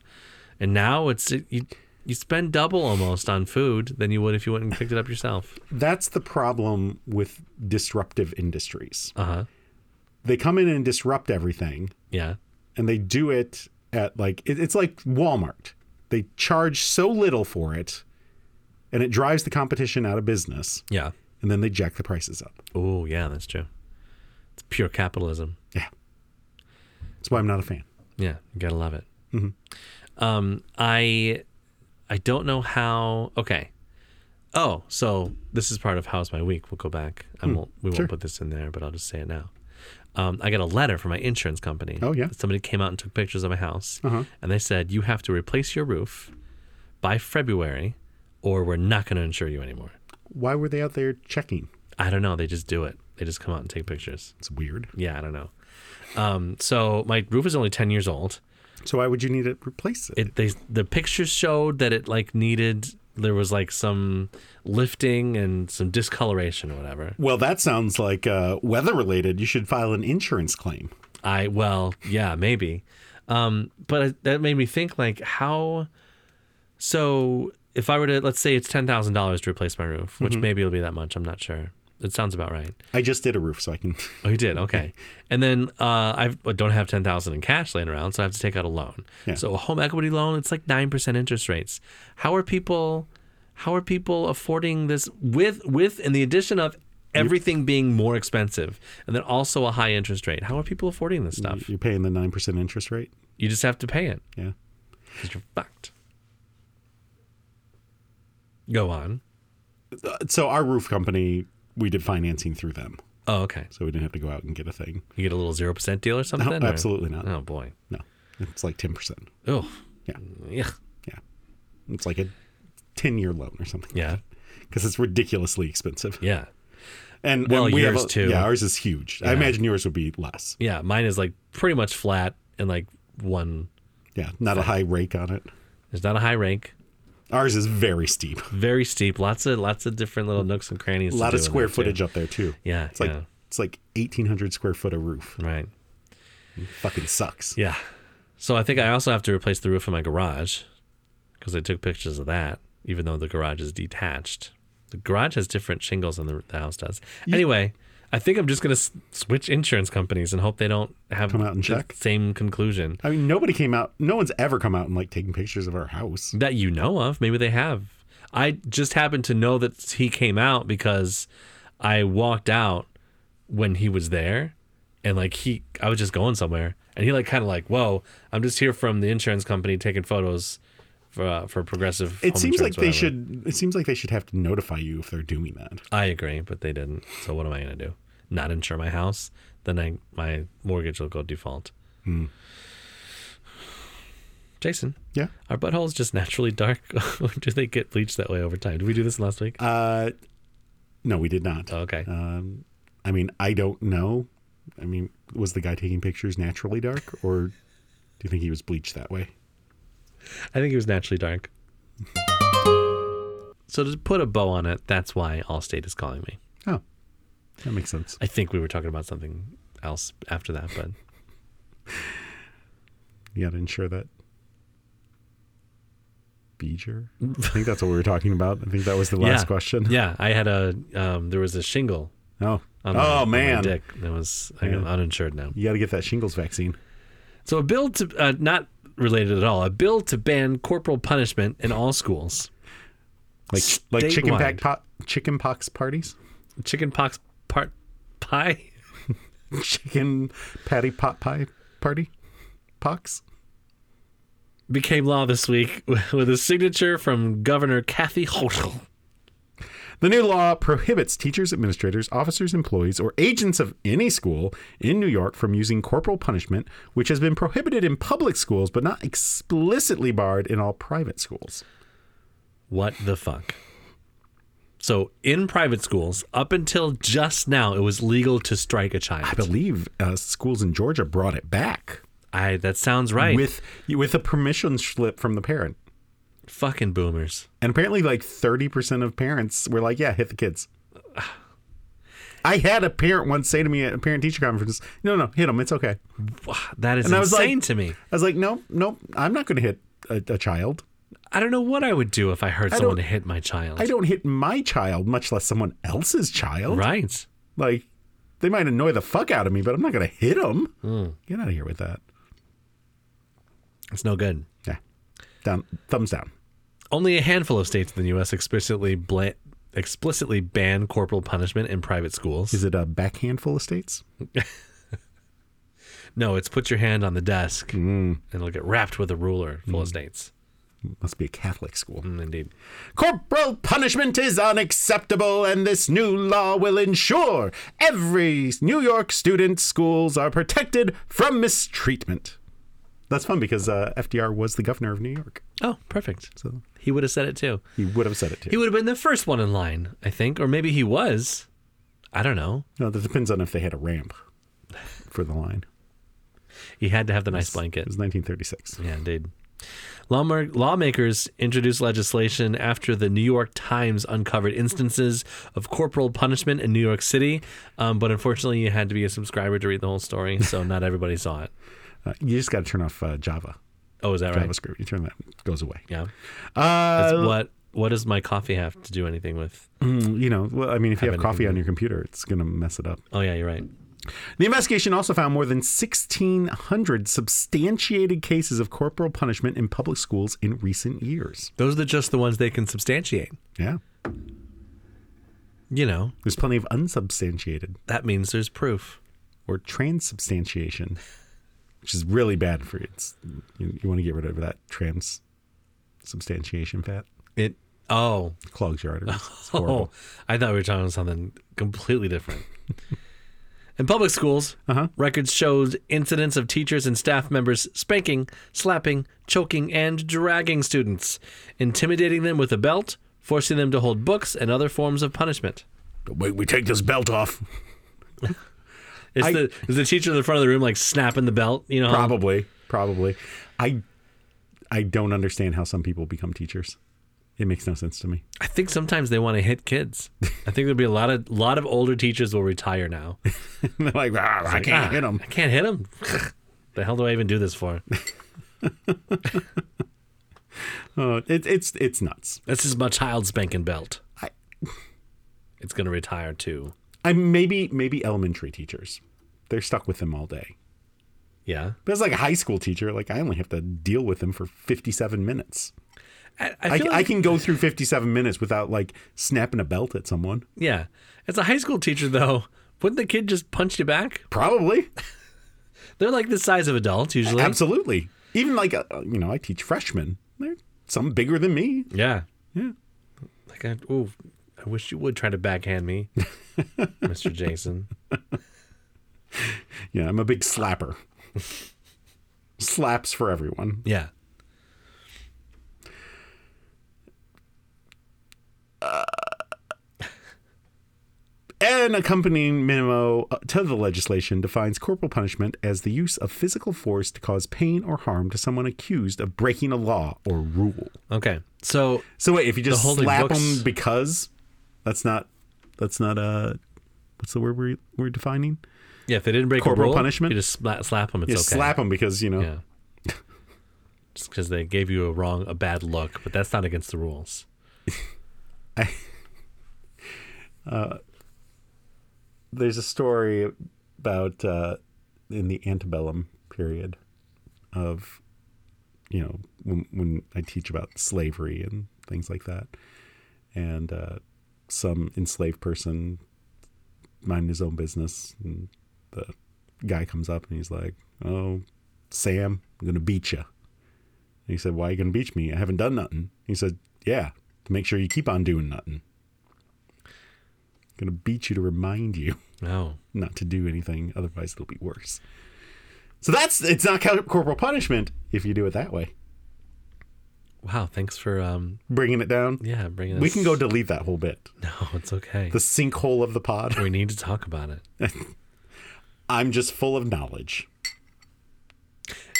[SPEAKER 2] and now it's you you spend double almost on food than you would if you went and picked it up yourself.
[SPEAKER 1] That's the problem with disruptive industries.
[SPEAKER 2] Uh huh.
[SPEAKER 1] They come in and disrupt everything,
[SPEAKER 2] Yeah.
[SPEAKER 1] and they do it at like it- it's like Walmart. They charge so little for it, and it drives the competition out of business.
[SPEAKER 2] Yeah.
[SPEAKER 1] and then they jack the prices up.
[SPEAKER 2] Oh yeah, that's true. It's pure capitalism.
[SPEAKER 1] Yeah. That's why I'm not a fan.
[SPEAKER 2] Yeah, you gotta love it.
[SPEAKER 1] Mm-hmm.
[SPEAKER 2] Um, I I don't know how. Okay. Oh, so this is part of how's my week. We'll go back. I won't. We won't
[SPEAKER 1] Hmm, sure.
[SPEAKER 2] put this in there, but I'll just say it now. Um, I got a letter from my insurance company.
[SPEAKER 1] Oh, yeah. Uh-huh.
[SPEAKER 2] Somebody came out and took pictures of my house, and they said you have to replace your roof by February, or we're not going to insure you anymore.
[SPEAKER 1] Why were they out there checking?
[SPEAKER 2] I don't know. They just do it. They just come out and take pictures.
[SPEAKER 1] It's weird.
[SPEAKER 2] Yeah, I don't know. Um, so my roof is only ten years old.
[SPEAKER 1] So why would you need to replace it?
[SPEAKER 2] it they the pictures showed that it like needed there was like some lifting and some discoloration or whatever.
[SPEAKER 1] well, that sounds like uh, weather related. You should file an insurance claim.
[SPEAKER 2] I well, yeah, maybe. Um, but I, that made me think like how. So if I were to let's say it's ten thousand dollars to replace my roof, which maybe it'll be that much. I'm not sure. It sounds about right.
[SPEAKER 1] I just did a roof, so I can.
[SPEAKER 2] Oh, you did. Okay. And then uh, I've- I don't have ten thousand in cash laying around, so I have to take out a loan.
[SPEAKER 1] Yeah.
[SPEAKER 2] So a home equity loan, it's like nine percent interest rates. How are people? How are people affording this with with and the addition of everything being more expensive and then also a high interest rate? How are people affording this stuff?
[SPEAKER 1] You're paying the 9% interest rate?
[SPEAKER 2] You just have to pay it
[SPEAKER 1] Yeah.
[SPEAKER 2] because you're fucked. Go on.
[SPEAKER 1] Uh, So our roof company, we did financing through them.
[SPEAKER 2] Oh, okay.
[SPEAKER 1] So we didn't have to go out and get a thing.
[SPEAKER 2] You get a little zero percent deal or something? or-
[SPEAKER 1] absolutely not.
[SPEAKER 2] Oh boy.
[SPEAKER 1] No, it's like 10%.
[SPEAKER 2] Oh.
[SPEAKER 1] Yeah.
[SPEAKER 2] Yeah.
[SPEAKER 1] Yeah. It's like a ten year loan or something.
[SPEAKER 2] Yeah.
[SPEAKER 1] because it's ridiculously expensive.
[SPEAKER 2] Yeah.
[SPEAKER 1] And
[SPEAKER 2] Well,
[SPEAKER 1] and we have
[SPEAKER 2] yours
[SPEAKER 1] a-
[SPEAKER 2] too.
[SPEAKER 1] Yeah, ours is huge. I imagine yours would be less.
[SPEAKER 2] Yeah. Mine is like pretty much flat and like one.
[SPEAKER 1] Yeah, not a high rake on it.
[SPEAKER 2] There's not a high rank.
[SPEAKER 1] Ours is very steep.
[SPEAKER 2] Very steep. Lots of lots of different little nooks and crannies.
[SPEAKER 1] A
[SPEAKER 2] to
[SPEAKER 1] lot
[SPEAKER 2] do
[SPEAKER 1] of
[SPEAKER 2] in
[SPEAKER 1] square
[SPEAKER 2] there, too.
[SPEAKER 1] footage up there too.
[SPEAKER 2] Yeah.
[SPEAKER 1] It's like
[SPEAKER 2] yeah.
[SPEAKER 1] it's like eighteen hundred square foot of roof.
[SPEAKER 2] Right.
[SPEAKER 1] Fucking sucks.
[SPEAKER 2] Yeah. So I think I also have to replace the roof of my garage because I took pictures of that, even though the garage is detached. The garage has different shingles than the, the house does. Anyway, I think I'm just going to s- switch insurance companies and hope they don't have
[SPEAKER 1] Come out and
[SPEAKER 2] the
[SPEAKER 1] check?
[SPEAKER 2] same conclusion
[SPEAKER 1] I mean, nobody came out. No one's ever come out and like taken pictures of our house.
[SPEAKER 2] that you know of. Maybe they have. I just happened to know that he came out because I walked out when he was there and like he I was just going somewhere and he like kind of like, "Whoa, I'm just here from the insurance company taking photos for uh, for progressive
[SPEAKER 1] It
[SPEAKER 2] home
[SPEAKER 1] seems like
[SPEAKER 2] insurance,"
[SPEAKER 1] they
[SPEAKER 2] whatever.
[SPEAKER 1] should. It seems like they should have to notify you if they're doing that.
[SPEAKER 2] I agree, but they didn't. So what am I going to do? Not insure my house? Then I my mortgage will go default.
[SPEAKER 1] Hmm.
[SPEAKER 2] Jason,
[SPEAKER 1] Yeah.
[SPEAKER 2] our butthole's just naturally dark. or do they get bleached that way over time? Did we do this last week? Oh,
[SPEAKER 1] Uh, no, we did not.
[SPEAKER 2] okay.
[SPEAKER 1] Um, I mean, I don't know. I mean, was the guy taking pictures naturally dark, or do you think he was bleached that way?
[SPEAKER 2] I think it was naturally dark. So to put a bow on it, that's why Allstate is calling me.
[SPEAKER 1] Oh, that makes sense.
[SPEAKER 2] I think we were talking about something else after that, but
[SPEAKER 1] You got to ensure that. Beeger? I think that's what we were talking about. I think that was the last
[SPEAKER 2] yeah.
[SPEAKER 1] question.
[SPEAKER 2] Yeah, I had a um, there was a shingle.
[SPEAKER 1] Oh.
[SPEAKER 2] On my,
[SPEAKER 1] oh
[SPEAKER 2] on my
[SPEAKER 1] man,
[SPEAKER 2] dick that was I'm uninsured now.
[SPEAKER 1] you got to get that shingles vaccine.
[SPEAKER 2] So a bill to uh, not related at all. A bill to ban corporal punishment in all schools.
[SPEAKER 1] Like like chicken
[SPEAKER 2] Statewide.
[SPEAKER 1] pack pot, chicken pox parties,
[SPEAKER 2] Chicken pox part pie.
[SPEAKER 1] chicken patty pot pie party, pox.
[SPEAKER 2] Became law this week with a signature from Governor Kathy Hochul.
[SPEAKER 1] The new law prohibits teachers, administrators, officers, employees, or agents of any school in New York from using corporal punishment, which has been prohibited in public schools but not explicitly barred in all private schools.
[SPEAKER 2] What the fuck? So, in private schools, up until just now, it was legal to strike a
[SPEAKER 1] I
[SPEAKER 2] child.
[SPEAKER 1] believe uh, schools in Georgia brought it back
[SPEAKER 2] I, that sounds right.
[SPEAKER 1] with with a permission slip from the parent.
[SPEAKER 2] fucking boomers.
[SPEAKER 1] And apparently, like 30% of parents were like, yeah, hit the kids. I had a parent once say to me at a parent teacher conference, no, no, hit them. It's okay.
[SPEAKER 2] Wow, That is
[SPEAKER 1] And I was
[SPEAKER 2] insane
[SPEAKER 1] like-
[SPEAKER 2] to me.
[SPEAKER 1] I was like, nope, nope, I'm not going to hit a, a child.
[SPEAKER 2] I don't know what I would do if I heard
[SPEAKER 1] I
[SPEAKER 2] someone
[SPEAKER 1] don't-
[SPEAKER 2] hit my child.
[SPEAKER 1] I don't hit my child, much less someone else's child.
[SPEAKER 2] Right.
[SPEAKER 1] Like, they might annoy the fuck out of me, but I'm not going to hit them.
[SPEAKER 2] Hmm.
[SPEAKER 1] Get out of here with that.
[SPEAKER 2] It's no good.
[SPEAKER 1] Yeah. Down, thumbs down.
[SPEAKER 2] Only a handful of states in the U.S. explicitly bla- explicitly ban corporal punishment in private schools.
[SPEAKER 1] Is it a backhand full of states?
[SPEAKER 2] no, it's put your hand on the desk
[SPEAKER 1] Mm.
[SPEAKER 2] and it'll get wrapped with a ruler full of states.
[SPEAKER 1] Must be a Catholic school.
[SPEAKER 2] Mm, Indeed.
[SPEAKER 1] Corporal punishment is unacceptable, and this new law will ensure every New York student schools are protected from mistreatment. That's fun because uh, FDR was the governor of New York,
[SPEAKER 2] Oh, perfect.
[SPEAKER 1] so
[SPEAKER 2] He would have said it too.
[SPEAKER 1] he would have said it too.
[SPEAKER 2] He would have been the first one in line, I think, or maybe he was. I don't know.
[SPEAKER 1] no, that depends on if they had a ramp for the line.
[SPEAKER 2] He had to have the nice
[SPEAKER 1] It
[SPEAKER 2] blanket.
[SPEAKER 1] was 1936.
[SPEAKER 2] Yeah, indeed. Lawmer- lawmakers introduced legislation after the New York Times uncovered instances of corporal punishment in New York City, um, but unfortunately, you had to be a subscriber to read the whole story, so not everybody saw it.
[SPEAKER 1] Uh, you just got to turn off uh, Java,
[SPEAKER 2] Oh, is that right?
[SPEAKER 1] JavaScript. You turn that, it goes away.
[SPEAKER 2] Yeah. That's
[SPEAKER 1] Uh,
[SPEAKER 2] what What does my coffee have to do anything with?
[SPEAKER 1] you know, well, I mean, if you
[SPEAKER 2] Mm.
[SPEAKER 1] have
[SPEAKER 2] Have anything
[SPEAKER 1] coffee
[SPEAKER 2] to
[SPEAKER 1] on
[SPEAKER 2] do.
[SPEAKER 1] your computer, it's going to mess it up.
[SPEAKER 2] Oh, yeah, you're right.
[SPEAKER 1] The investigation also found more than 1,600 substantiated cases of corporal punishment in public schools in recent years.
[SPEAKER 2] Those are just the ones they can substantiate.
[SPEAKER 1] Yeah.
[SPEAKER 2] You know,
[SPEAKER 1] There's plenty of unsubstantiated
[SPEAKER 2] that means there's proof.
[SPEAKER 1] or transubstantiation, which is really bad for you. It's, you, you want to get rid of that trans substantiation fat.
[SPEAKER 2] It. Oh,
[SPEAKER 1] Clogs your arteries. It's
[SPEAKER 2] Oh,
[SPEAKER 1] horrible.
[SPEAKER 2] I thought we were talking about something completely different. In public schools, records showed incidents of teachers and staff members spanking, slapping, choking, and dragging students, intimidating them with a belt, forcing them to hold books, and other forms of punishment.
[SPEAKER 1] We, we take this belt off.
[SPEAKER 2] Is,
[SPEAKER 1] I-
[SPEAKER 2] the, is the teacher in the front of the room like snapping the belt? You know,
[SPEAKER 1] Probably, probably. I I don't understand how some people become teachers. It makes no sense to me.
[SPEAKER 2] I think sometimes they want to hit kids. I think there'll be a lot of lot of older teachers will retire now.
[SPEAKER 1] They're like, "Ah, I can't hit them.
[SPEAKER 2] I can't hit him. the hell do I even do this for? Ah.
[SPEAKER 1] Uh, it, it's it's nuts.
[SPEAKER 2] This is my child spanking belt.
[SPEAKER 1] I-
[SPEAKER 2] It's gonna retire too.
[SPEAKER 1] I maybe maybe elementary teachers, they're stuck with them all day.
[SPEAKER 2] Yeah,
[SPEAKER 1] But it's like a high school teacher. Like I only have to deal with them for fifty-seven minutes.
[SPEAKER 2] I,
[SPEAKER 1] I,
[SPEAKER 2] feel
[SPEAKER 1] I
[SPEAKER 2] like-
[SPEAKER 1] can go through fifty-seven minutes without like snapping a belt at someone.
[SPEAKER 2] Yeah, as a high school teacher though, wouldn't the kid just punch you back?
[SPEAKER 1] Probably,
[SPEAKER 2] They're like the size of adults usually.
[SPEAKER 1] absolutely. Even like uh, you know, I teach freshmen. They're some bigger than me.
[SPEAKER 2] Yeah.
[SPEAKER 1] Yeah.
[SPEAKER 2] Like I, ooh, I wish you would try to backhand me, Mr. Jason.
[SPEAKER 1] Yeah, I'm a big slapper. Slaps for everyone.
[SPEAKER 2] Yeah.
[SPEAKER 1] An accompanying memo uh, to the legislation defines corporal punishment as the use of physical force to cause pain or harm to someone accused of breaking a law or rule.
[SPEAKER 2] Okay. So
[SPEAKER 1] So wait, if you just
[SPEAKER 2] holding
[SPEAKER 1] slap
[SPEAKER 2] books-
[SPEAKER 1] them because that's not that's not uh what's the word we're we're defining?
[SPEAKER 2] yeah, if they didn't break
[SPEAKER 1] Corporal
[SPEAKER 2] a rule,
[SPEAKER 1] punishment?
[SPEAKER 2] you just sla- slap them. It's
[SPEAKER 1] You
[SPEAKER 2] okay.
[SPEAKER 1] slap them because you know
[SPEAKER 2] Yeah. Just because they gave you a wrong, a bad look, but that's not against the rules.
[SPEAKER 1] there's a story about uh, in the antebellum period of you know when, when i teach about slavery and things like that and uh, some enslaved person minding his own business and the guy comes up and he's like oh sam i'm gonna beat you he said why you gonna beat me i haven't done nothing he said yeah to make sure you keep on doing nothing gonna beat you to remind you
[SPEAKER 2] No.
[SPEAKER 1] not to do anything otherwise it'll be worse so that's it's not cor- corporal punishment if you do it that way
[SPEAKER 2] Wow. Thanks for um.
[SPEAKER 1] bringing it down
[SPEAKER 2] Yeah, bringing.
[SPEAKER 1] we
[SPEAKER 2] us-
[SPEAKER 1] can go delete that whole bit
[SPEAKER 2] No, it's okay.
[SPEAKER 1] the sinkhole of the pod
[SPEAKER 2] We need to talk about it.
[SPEAKER 1] i'm just full of knowledge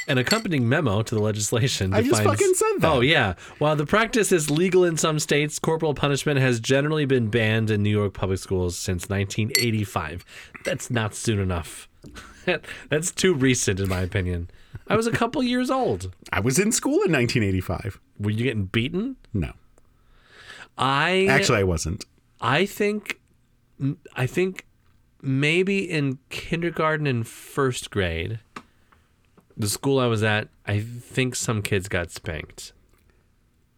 [SPEAKER 2] An accompanying memo to the legislation.
[SPEAKER 1] I just
[SPEAKER 2] defines-
[SPEAKER 1] fucking said that.
[SPEAKER 2] Oh yeah. While the practice is legal in some states, corporal punishment has generally been banned in New York public schools since 1985. That's not soon enough. That's too recent, in my opinion. I was a couple years old.
[SPEAKER 1] i was in school in 1985
[SPEAKER 2] Were you getting beaten?
[SPEAKER 1] no
[SPEAKER 2] I
[SPEAKER 1] actually i wasn't
[SPEAKER 2] I think, I think maybe in kindergarten and first grade, the school I was at, I think some kids got spanked.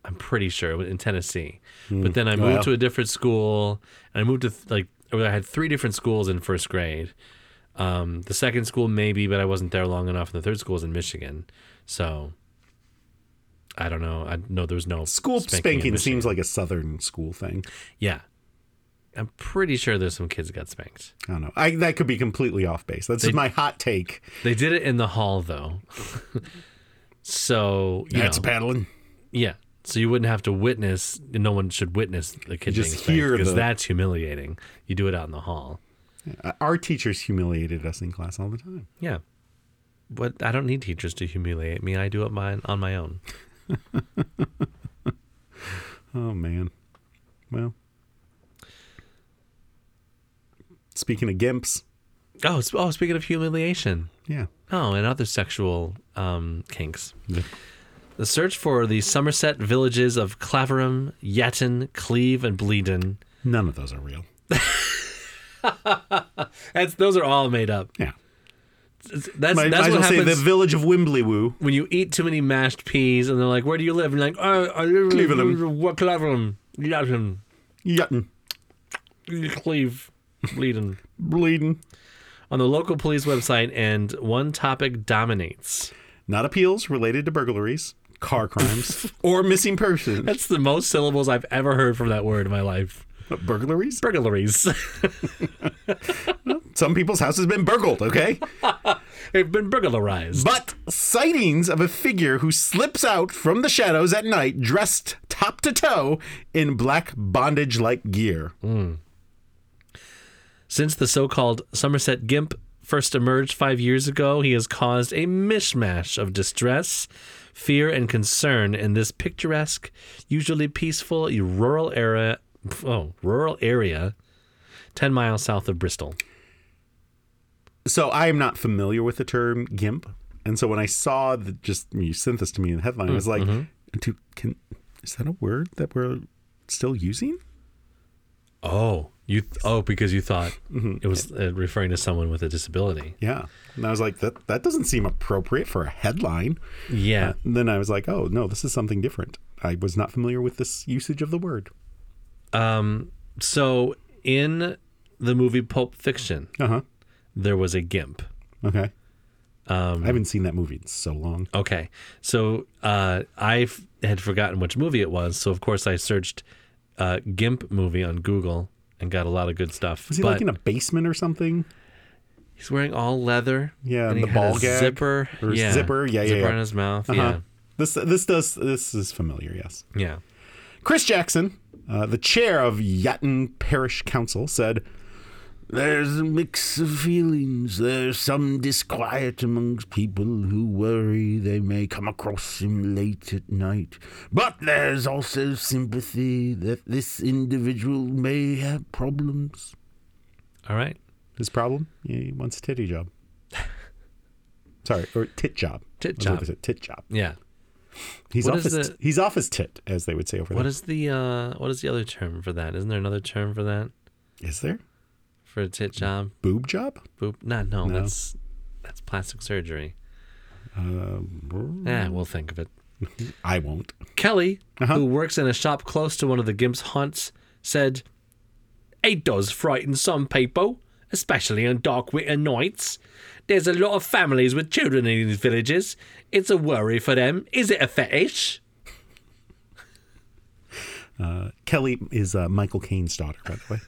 [SPEAKER 2] I'm pretty sure in Tennessee, but then I moved
[SPEAKER 1] Hmm. Wow.
[SPEAKER 2] to a different school, and I moved to like I had three different schools in first grade. Um, the second school maybe, but I wasn't there long enough. And the third school was in Michigan, so I don't know. I know there was no
[SPEAKER 1] school
[SPEAKER 2] in
[SPEAKER 1] spanking,
[SPEAKER 2] Michigan.
[SPEAKER 1] seems like a southern school thing
[SPEAKER 2] Yeah. I'm pretty sure there's some kids that got spanked.
[SPEAKER 1] i don't know I, that could be completely off base that's just my hot take
[SPEAKER 2] They did it in the hall though. so you know,
[SPEAKER 1] paddling
[SPEAKER 2] yeah. So you wouldn't have to witness no one should witness the kid
[SPEAKER 1] just
[SPEAKER 2] being spanked
[SPEAKER 1] hear
[SPEAKER 2] because
[SPEAKER 1] the-
[SPEAKER 2] that's humiliating. You do it out in the hall.
[SPEAKER 1] our teachers humiliated us in class all the time
[SPEAKER 2] Yeah. But I don't need teachers to humiliate me. I do it mine on my own.
[SPEAKER 1] Oh man. Well. Speaking of gimps,
[SPEAKER 2] Oh, sp- oh speaking of humiliation.
[SPEAKER 1] yeah.
[SPEAKER 2] Oh, and other sexual um, kinks. The search for the Somerset villages of Claverham, Yatton, Cleve, and Bleedon
[SPEAKER 1] None of those are real.
[SPEAKER 2] That's those are all made up.
[SPEAKER 1] Yeah.
[SPEAKER 2] That's that's
[SPEAKER 1] Might, might
[SPEAKER 2] what
[SPEAKER 1] as well say
[SPEAKER 2] happens
[SPEAKER 1] the village of Wimblewoo.
[SPEAKER 2] when you eat too many mashed peas, and they're like, "Where do you live?" And you're like, "Oh, I live in
[SPEAKER 1] Cleveland.
[SPEAKER 2] What Cleveland? Yatton,
[SPEAKER 1] Yutton.
[SPEAKER 2] Cleve, Bleeding."
[SPEAKER 1] Bleeding.
[SPEAKER 2] On the local police website, and one topic dominates.
[SPEAKER 1] Not appeals related to burglaries, car crimes, or missing persons.
[SPEAKER 2] That's the most syllables I've ever heard from that word in my life.
[SPEAKER 1] Burglaries?
[SPEAKER 2] Burglaries.
[SPEAKER 1] Some people's house has been burgled, okay?
[SPEAKER 2] They've been burglarized.
[SPEAKER 1] But sightings of a figure who slips out from the shadows at night dressed top to toe in black bondage like gear.
[SPEAKER 2] Since the so called Somerset Gimp first emerged five years ago, he has caused a mishmash of distress, fear, and concern in this picturesque, usually peaceful rural area. Oh, rural area, ten miles south of Bristol.
[SPEAKER 1] So I am not familiar with the term gimp. And so when I saw the, just you sent this to me in the headline, I was like, "Do- can, is that a word that we're still using?
[SPEAKER 2] Oh, you? oh, because you thought it was uh, referring to someone with a disability.
[SPEAKER 1] Yeah. And I was like, that, that doesn't seem appropriate for a headline.
[SPEAKER 2] Yeah.
[SPEAKER 1] And then I was like, oh, no, this is something different. I was not familiar with this usage of the word.
[SPEAKER 2] So in the movie Pulp Fiction,
[SPEAKER 1] Uh huh.
[SPEAKER 2] there was a gimp.
[SPEAKER 1] Okay. I haven't seen that movie in so long.
[SPEAKER 2] Okay. So uh, I f- had forgotten which movie it was. So, of course, I searched uh, Gimp movie on Google and got a lot of good stuff.
[SPEAKER 1] Was he
[SPEAKER 2] but
[SPEAKER 1] like in a basement or something?
[SPEAKER 2] he's wearing all leather.
[SPEAKER 1] Yeah,
[SPEAKER 2] and
[SPEAKER 1] and
[SPEAKER 2] he
[SPEAKER 1] the
[SPEAKER 2] had a
[SPEAKER 1] ball gag
[SPEAKER 2] Zipper.
[SPEAKER 1] or
[SPEAKER 2] yeah.
[SPEAKER 1] zipper, yeah, yeah,
[SPEAKER 2] Zipper
[SPEAKER 1] yeah.
[SPEAKER 2] in his mouth.
[SPEAKER 1] Uh-huh. This this does this is familiar. Yes.
[SPEAKER 2] Yeah. Yeah.
[SPEAKER 1] Chris Jackson, uh, the chair of Yatton Parish Council, said,
[SPEAKER 5] There's a mix of feelings. There's some disquiet amongst people who worry they may come across him late at night. But there's also sympathy that this individual may have uh, problems.
[SPEAKER 2] All right.
[SPEAKER 1] "His problem? He wants a titty job." Sorry, or tit job.
[SPEAKER 2] Tit
[SPEAKER 1] That's what
[SPEAKER 2] job.
[SPEAKER 1] they said, Tit job.
[SPEAKER 2] Yeah.
[SPEAKER 1] He's
[SPEAKER 2] What
[SPEAKER 1] off
[SPEAKER 2] is
[SPEAKER 1] his
[SPEAKER 2] the-
[SPEAKER 1] he's off his tit, as they would say over
[SPEAKER 2] What
[SPEAKER 1] there.
[SPEAKER 2] is the uh, what is the other term for that? Isn't there another term for that?
[SPEAKER 1] is there
[SPEAKER 2] For a tit job?
[SPEAKER 1] boob job?
[SPEAKER 2] Boop. Not no,
[SPEAKER 1] No.
[SPEAKER 2] That's that's plastic surgery.
[SPEAKER 1] Um,
[SPEAKER 2] Yeah, we'll think of it.
[SPEAKER 1] I won't.
[SPEAKER 2] Kelly,
[SPEAKER 1] Uh-huh.
[SPEAKER 2] who works in a shop close to one of the Gimp's haunts, said, It does frighten some people, especially on dark winter nights. There's a lot of families with children in these villages. It's a worry for them. Is it a fetish?
[SPEAKER 1] Kelly is uh, Michael Caine's daughter, by the way.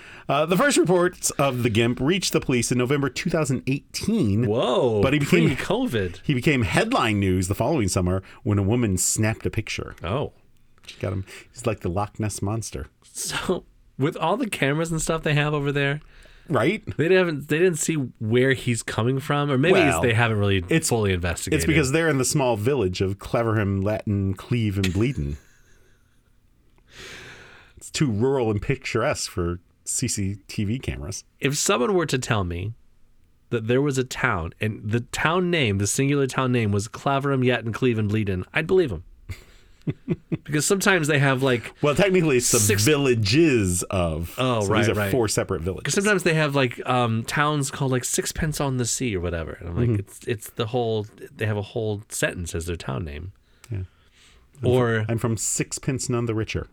[SPEAKER 1] uh, the first reports of the GIMP reached the police in November 2018.
[SPEAKER 2] Whoa.
[SPEAKER 1] But he became-
[SPEAKER 2] COVID.
[SPEAKER 1] He became headline news the following summer when a woman snapped a picture.
[SPEAKER 2] Oh.
[SPEAKER 1] She got him. He's like the Loch Ness monster,
[SPEAKER 2] So with all the cameras and stuff they have over there,
[SPEAKER 1] right?
[SPEAKER 2] they didn't they didn't see where he's coming from, or maybe it's
[SPEAKER 1] Well,
[SPEAKER 2] they haven't really
[SPEAKER 1] it's-
[SPEAKER 2] fully investigated.
[SPEAKER 1] It's because they're in the small village of Cleverham, Latin, Cleve, and Bleeden. it's too rural and picturesque for CCTV cameras.
[SPEAKER 2] if someone were to tell me that there was a town and the town name, the singular town name was Claverham, Yatton, Cleveland, Bleeden, I'd believe him. because sometimes they have like,
[SPEAKER 1] Well, technically, it's the
[SPEAKER 2] Six-
[SPEAKER 1] villages of.
[SPEAKER 2] Oh,
[SPEAKER 1] so
[SPEAKER 2] right,
[SPEAKER 1] These are
[SPEAKER 2] right.
[SPEAKER 1] four separate villages.
[SPEAKER 2] because sometimes they have like um, towns called like Sixpence on the Sea or whatever. And I'm like, it's it's the whole. They have a whole sentence as their town name. Yeah. Or
[SPEAKER 1] I'm from Sixpence None the Richer.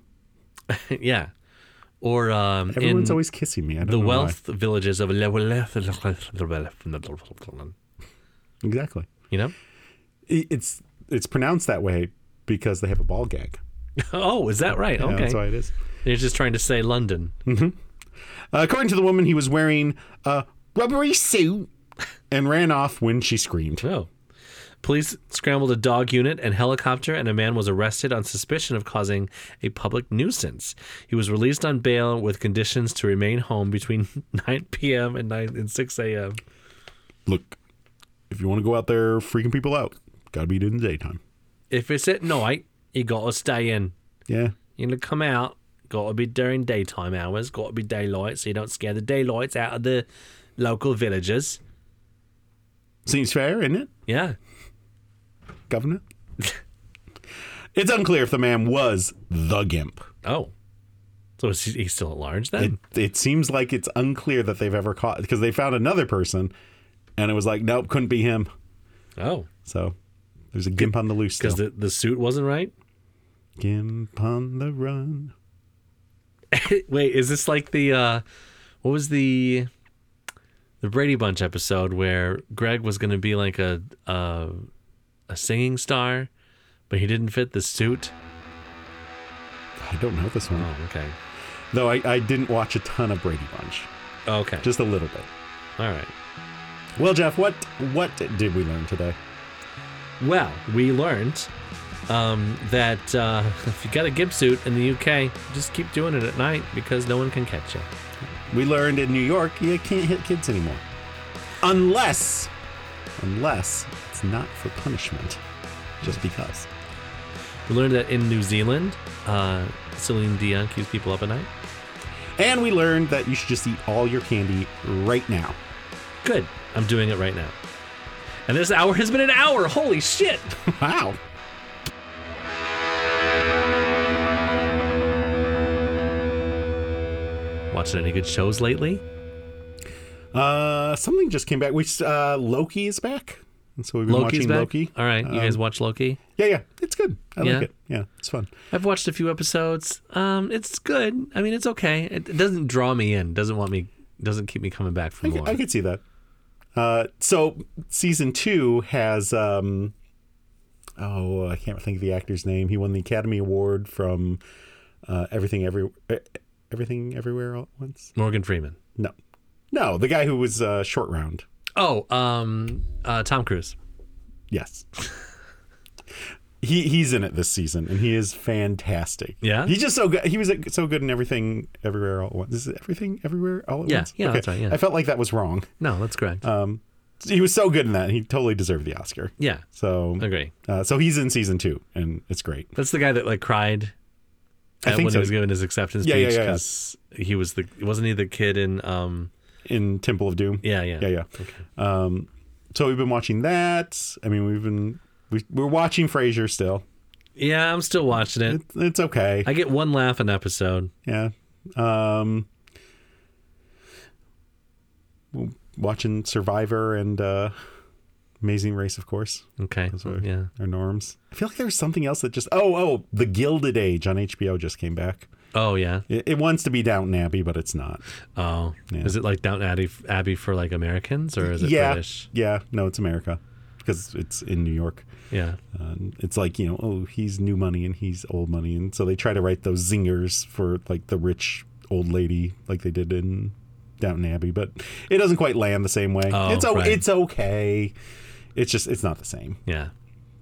[SPEAKER 2] yeah, or um,
[SPEAKER 1] Everyone's
[SPEAKER 2] in
[SPEAKER 1] always kissing me. I don't know
[SPEAKER 2] the
[SPEAKER 1] why.
[SPEAKER 2] wealth villages of
[SPEAKER 1] Exactly.
[SPEAKER 2] you know.
[SPEAKER 1] I- It's it's pronounced that way because they have a ball gag.
[SPEAKER 2] Oh, is that right?
[SPEAKER 1] Yeah,
[SPEAKER 2] Okay,
[SPEAKER 1] That's why it is.
[SPEAKER 2] they're just trying to say London.
[SPEAKER 1] Uh, according to the woman, he was wearing a rubbery suit and ran off when she screamed.
[SPEAKER 2] Oh. Police scrambled a dog unit and helicopter, and a man was arrested on suspicion of causing a public nuisance. He was released on bail with conditions to remain home between 9 p.m. and 9 and 6 a.m.
[SPEAKER 1] Look, if you want to go out there freaking people out, gotta be in the daytime.
[SPEAKER 2] If it's at night, you gotta stay in.
[SPEAKER 1] Yeah.
[SPEAKER 2] You gotta come out. Gotta be during daytime hours. Gotta be daylight, so you don't scare the daylights out of the local villagers.
[SPEAKER 1] Seems fair, isn't it,
[SPEAKER 2] Yeah.
[SPEAKER 1] Governor? it's unclear if the man was the gimp.
[SPEAKER 2] Oh. So is he, he's still at large then?
[SPEAKER 1] It, it seems like it's unclear that they've ever caught because they found another person and it was like, nope, couldn't be him.
[SPEAKER 2] oh.
[SPEAKER 1] So there's a gimp on the loose.
[SPEAKER 2] Because
[SPEAKER 1] still.
[SPEAKER 2] the, the suit wasn't right?
[SPEAKER 1] gimp on the run.
[SPEAKER 2] Wait, is this like the uh what was the the Brady Bunch episode where Greg was going to be like a uh, a singing star, but he didn't fit the suit?
[SPEAKER 1] I don't know this one.
[SPEAKER 2] Oh, okay.
[SPEAKER 1] Though I, I didn't watch a ton of Brady Bunch.
[SPEAKER 2] Okay.
[SPEAKER 1] just a little bit.
[SPEAKER 2] All right.
[SPEAKER 1] Well, Jeff, what what did we learn today?
[SPEAKER 2] Well, we learned um, that uh, if you got a gimp suit in the UK, just keep doing it at night because no one can catch you.
[SPEAKER 1] We learned in New York you can't hit kids anymore, unless unless it's not for punishment, just because.
[SPEAKER 2] We learned that in New Zealand, uh, Celine Dion keeps people up at night.
[SPEAKER 1] And we learned that you should just eat all your candy right now.
[SPEAKER 2] Good. I'm doing it right now. And this hour has been an hour. Holy shit.
[SPEAKER 1] Wow.
[SPEAKER 2] Watching any good shows lately?
[SPEAKER 1] Uh, something just came back. We uh, Loki is back, and so we've been
[SPEAKER 2] Loki's
[SPEAKER 1] watching
[SPEAKER 2] back.
[SPEAKER 1] Loki. Um,
[SPEAKER 2] All right. you guys watch Loki?
[SPEAKER 1] Yeah, yeah, it's good. I
[SPEAKER 2] Yeah.
[SPEAKER 1] like it. Yeah, it's fun.
[SPEAKER 2] I've watched a few episodes. Um, it's good. I mean, it's okay. It, it doesn't draw me in. Doesn't want me. Doesn't keep me coming back for
[SPEAKER 1] I, c-
[SPEAKER 2] more.
[SPEAKER 1] I could see that. Uh, so season two has um, oh, I can't think of the actor's name. He won the Academy Award from uh, Everything Every eh, Everything Everywhere All at Once.
[SPEAKER 2] Morgan Freeman.
[SPEAKER 1] No, no, the guy who was uh, Short Round.
[SPEAKER 2] Oh, um, uh, Tom Cruise.
[SPEAKER 1] Yes. He, he's in it this season and he is fantastic.
[SPEAKER 2] Yeah?
[SPEAKER 1] he's just so good. He was like, so good in everything, everywhere, all at once. Is it everything, everywhere, all at
[SPEAKER 2] Yeah,
[SPEAKER 1] once?
[SPEAKER 2] yeah, that's right, yeah.
[SPEAKER 1] I felt like that was wrong.
[SPEAKER 2] No, that's correct.
[SPEAKER 1] Uh, He was so good in that. He totally deserved the Oscar.
[SPEAKER 2] yeah,
[SPEAKER 1] So
[SPEAKER 2] agree.
[SPEAKER 1] Uh, so he's in season two, and it's great.
[SPEAKER 2] That's the guy that like cried.
[SPEAKER 1] I
[SPEAKER 2] at-
[SPEAKER 1] think
[SPEAKER 2] when
[SPEAKER 1] so.
[SPEAKER 2] he was giving his acceptance
[SPEAKER 1] Yeah, yeah,
[SPEAKER 2] speech
[SPEAKER 1] yeah, yeah.
[SPEAKER 2] because he was the wasn't he the kid in um
[SPEAKER 1] In Temple of Doom.
[SPEAKER 2] yeah yeah
[SPEAKER 1] yeah, yeah. Um, so we've been watching that. I mean, we've been we, we're watching Frasier still.
[SPEAKER 2] Yeah, I'm still watching it.
[SPEAKER 1] It's, it's okay.
[SPEAKER 2] I get one laugh an episode.
[SPEAKER 1] yeah. Um, we're watching Survivor and uh, Amazing Race, of course.
[SPEAKER 2] Okay,
[SPEAKER 1] our-
[SPEAKER 2] Oh, yeah.
[SPEAKER 1] Our norms. I feel like there was something else that just oh oh the Gilded Age on HBO just came back.
[SPEAKER 2] Oh yeah.
[SPEAKER 1] It, it wants to be Downton Abbey, but it's not.
[SPEAKER 2] Oh, is it like Downton Abbey, Abbey for like Americans or is it
[SPEAKER 1] yeah,
[SPEAKER 2] British?
[SPEAKER 1] yeah. No, it's America because it's in New York.
[SPEAKER 2] Yeah.
[SPEAKER 1] Um, it's like you know, oh, he's new money and he's old money, and so they try to write those zingers for like the rich old lady, like they did in Downton Abbey, but it doesn't quite land the same way.
[SPEAKER 2] Oh,
[SPEAKER 1] it's o-
[SPEAKER 2] right.
[SPEAKER 1] it's okay. It's just it's not the same.
[SPEAKER 2] Yeah.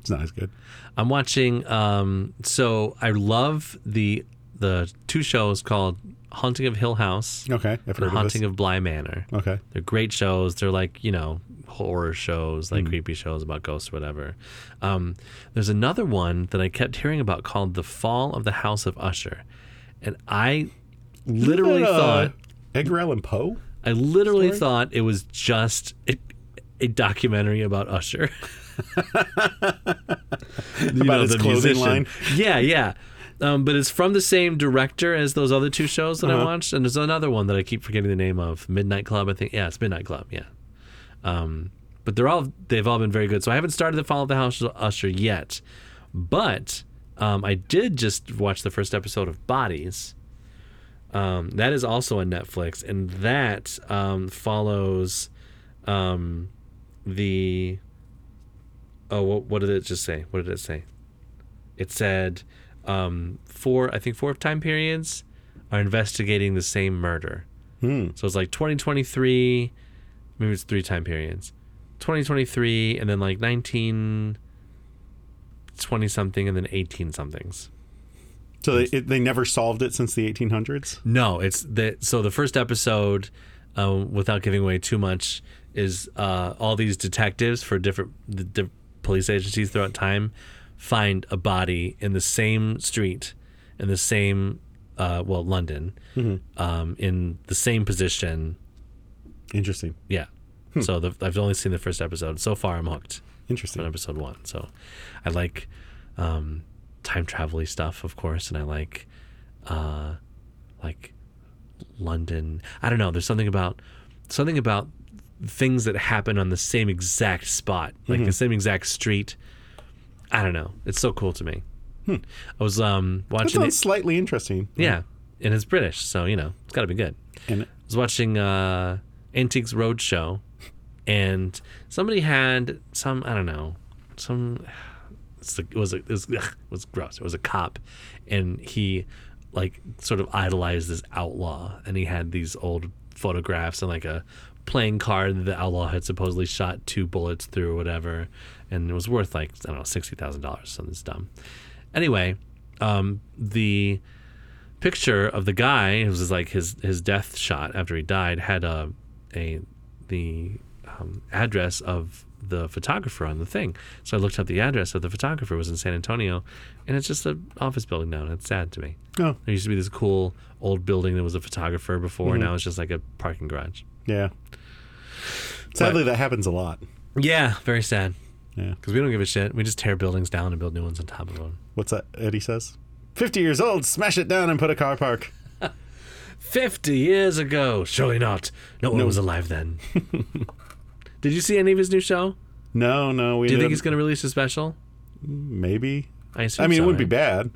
[SPEAKER 1] It's not as good.
[SPEAKER 2] I'm watching. Um, so I love the the two shows called Haunting of Hill House
[SPEAKER 1] Okay, I've
[SPEAKER 2] and
[SPEAKER 1] heard
[SPEAKER 2] Haunting
[SPEAKER 1] of
[SPEAKER 2] of Bly Manor.
[SPEAKER 1] this. okay,
[SPEAKER 2] They're great shows. They're like you know horror shows, like creepy shows about ghosts, or whatever. Um, there's another one that I kept hearing about called The Fall of the House of Usher, and I literally
[SPEAKER 1] Uh,
[SPEAKER 2] thought
[SPEAKER 1] Edgar Allan Poe.
[SPEAKER 2] I literally thought it was just a, a documentary about Usher. You
[SPEAKER 1] About his clothing line?
[SPEAKER 2] Yeah, yeah. Um, but it's from the same director as those other two shows that I watched, and there's another one that I keep forgetting the name of, Midnight Club. I think, yeah, it's Midnight Club. Yeah. Um, but they're all they've all been very good. So I haven't started the Fall of the House of Usher yet, but um, I did just watch the first episode of Bodies. Um, that is also on Netflix, and that um, follows um, the. Oh, what, what did it just say? What did it say? It said um, four, I think four time periods are investigating the same murder. So it's like 2023, maybe it's three time periods. 2023, and then like 19, 20 something, and then 18 somethings.
[SPEAKER 1] So they it, they never solved it since the 1800s.
[SPEAKER 2] No, it's the so the first episode, um, without giving away too much, is uh, all these detectives for different the, the police agencies throughout time find a body in the same street, in the same, uh, well, London, um, in the same position.
[SPEAKER 1] Interesting.
[SPEAKER 2] Yeah. So the, I've only seen the first episode so far. I'm hooked on
[SPEAKER 1] Interesting.
[SPEAKER 2] episode one. So I like um, time travel stuff, of course, and I like uh, like London. I don't know. There's something about something about things that happen on the same exact spot, like
[SPEAKER 1] Mm-hmm.
[SPEAKER 2] the same exact street. I don't know. It's so cool to me. I was um,
[SPEAKER 1] Hmm. That
[SPEAKER 2] watching
[SPEAKER 1] sounds
[SPEAKER 2] it.
[SPEAKER 1] slightly interesting.
[SPEAKER 2] Yeah, and it's British, so you know it's got to be good.
[SPEAKER 1] And
[SPEAKER 2] I was watching uh, Antiques Roadshow, and somebody had some I don't know some it's like- it was a, it was ugh, it was gross. It was a cop, and he like sort of idolized this outlaw, and he had these old photographs and like a playing card that the outlaw had supposedly shot two bullets through or whatever, and it was worth like I don't know sixty thousand dollars. Something's dumb. Anyway, um, the picture of the guy it was like his his death shot after he died had a a the um, address of the photographer on the thing so i looked up the address of the photographer it was in san antonio and it's just an office building now and it's sad to me
[SPEAKER 1] Oh,
[SPEAKER 2] there used to be this cool old building that was a photographer before and now it's just like a parking garage
[SPEAKER 1] yeah. Sadly, that happens a lot.
[SPEAKER 2] yeah very sad
[SPEAKER 1] Yeah.
[SPEAKER 2] because we don't give a shit we just tear buildings down and build new ones on top of them
[SPEAKER 1] What's that Eddie says? 50 years old, smash it down and put a car park.
[SPEAKER 2] 50 years ago surely not no one was alive then did you see any of his new show
[SPEAKER 1] No, no. We
[SPEAKER 2] Do you think he's going to release a special?
[SPEAKER 1] Maybe.
[SPEAKER 2] I,
[SPEAKER 1] I mean, it wouldn't be bad.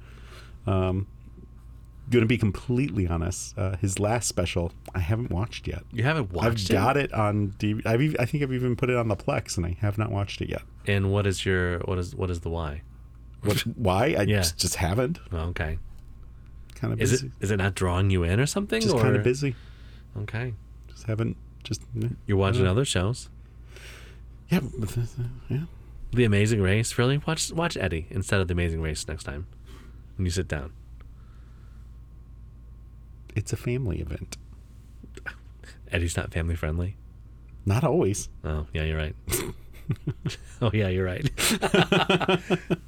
[SPEAKER 1] Um, going to be completely honest, uh, his last special I haven't watched yet.
[SPEAKER 2] You haven't
[SPEAKER 1] I've
[SPEAKER 2] watched
[SPEAKER 1] got it on DVD. I've, ev- I think I've even put it on the Plex, and I have not watched it yet.
[SPEAKER 2] it. And what is your what is what is the why?
[SPEAKER 1] What, why? I
[SPEAKER 2] Yeah.
[SPEAKER 1] just, just haven't.
[SPEAKER 2] Oh, okay.
[SPEAKER 1] Kind of
[SPEAKER 2] Is
[SPEAKER 1] busy.
[SPEAKER 2] it is it not drawing you in or something?
[SPEAKER 1] just
[SPEAKER 2] or-
[SPEAKER 1] kind of busy.
[SPEAKER 2] Okay.
[SPEAKER 1] Just haven't. Just
[SPEAKER 2] You're watching
[SPEAKER 1] Uh-huh.
[SPEAKER 2] other shows.
[SPEAKER 1] yeah, but- yeah.
[SPEAKER 2] The Amazing Race, really? Watch watch Eddie instead of The Amazing Race next time when you sit down.
[SPEAKER 1] It's a family event.
[SPEAKER 2] Eddie's not family friendly.
[SPEAKER 1] Not always.
[SPEAKER 2] Oh yeah, you're right. oh yeah, you're right.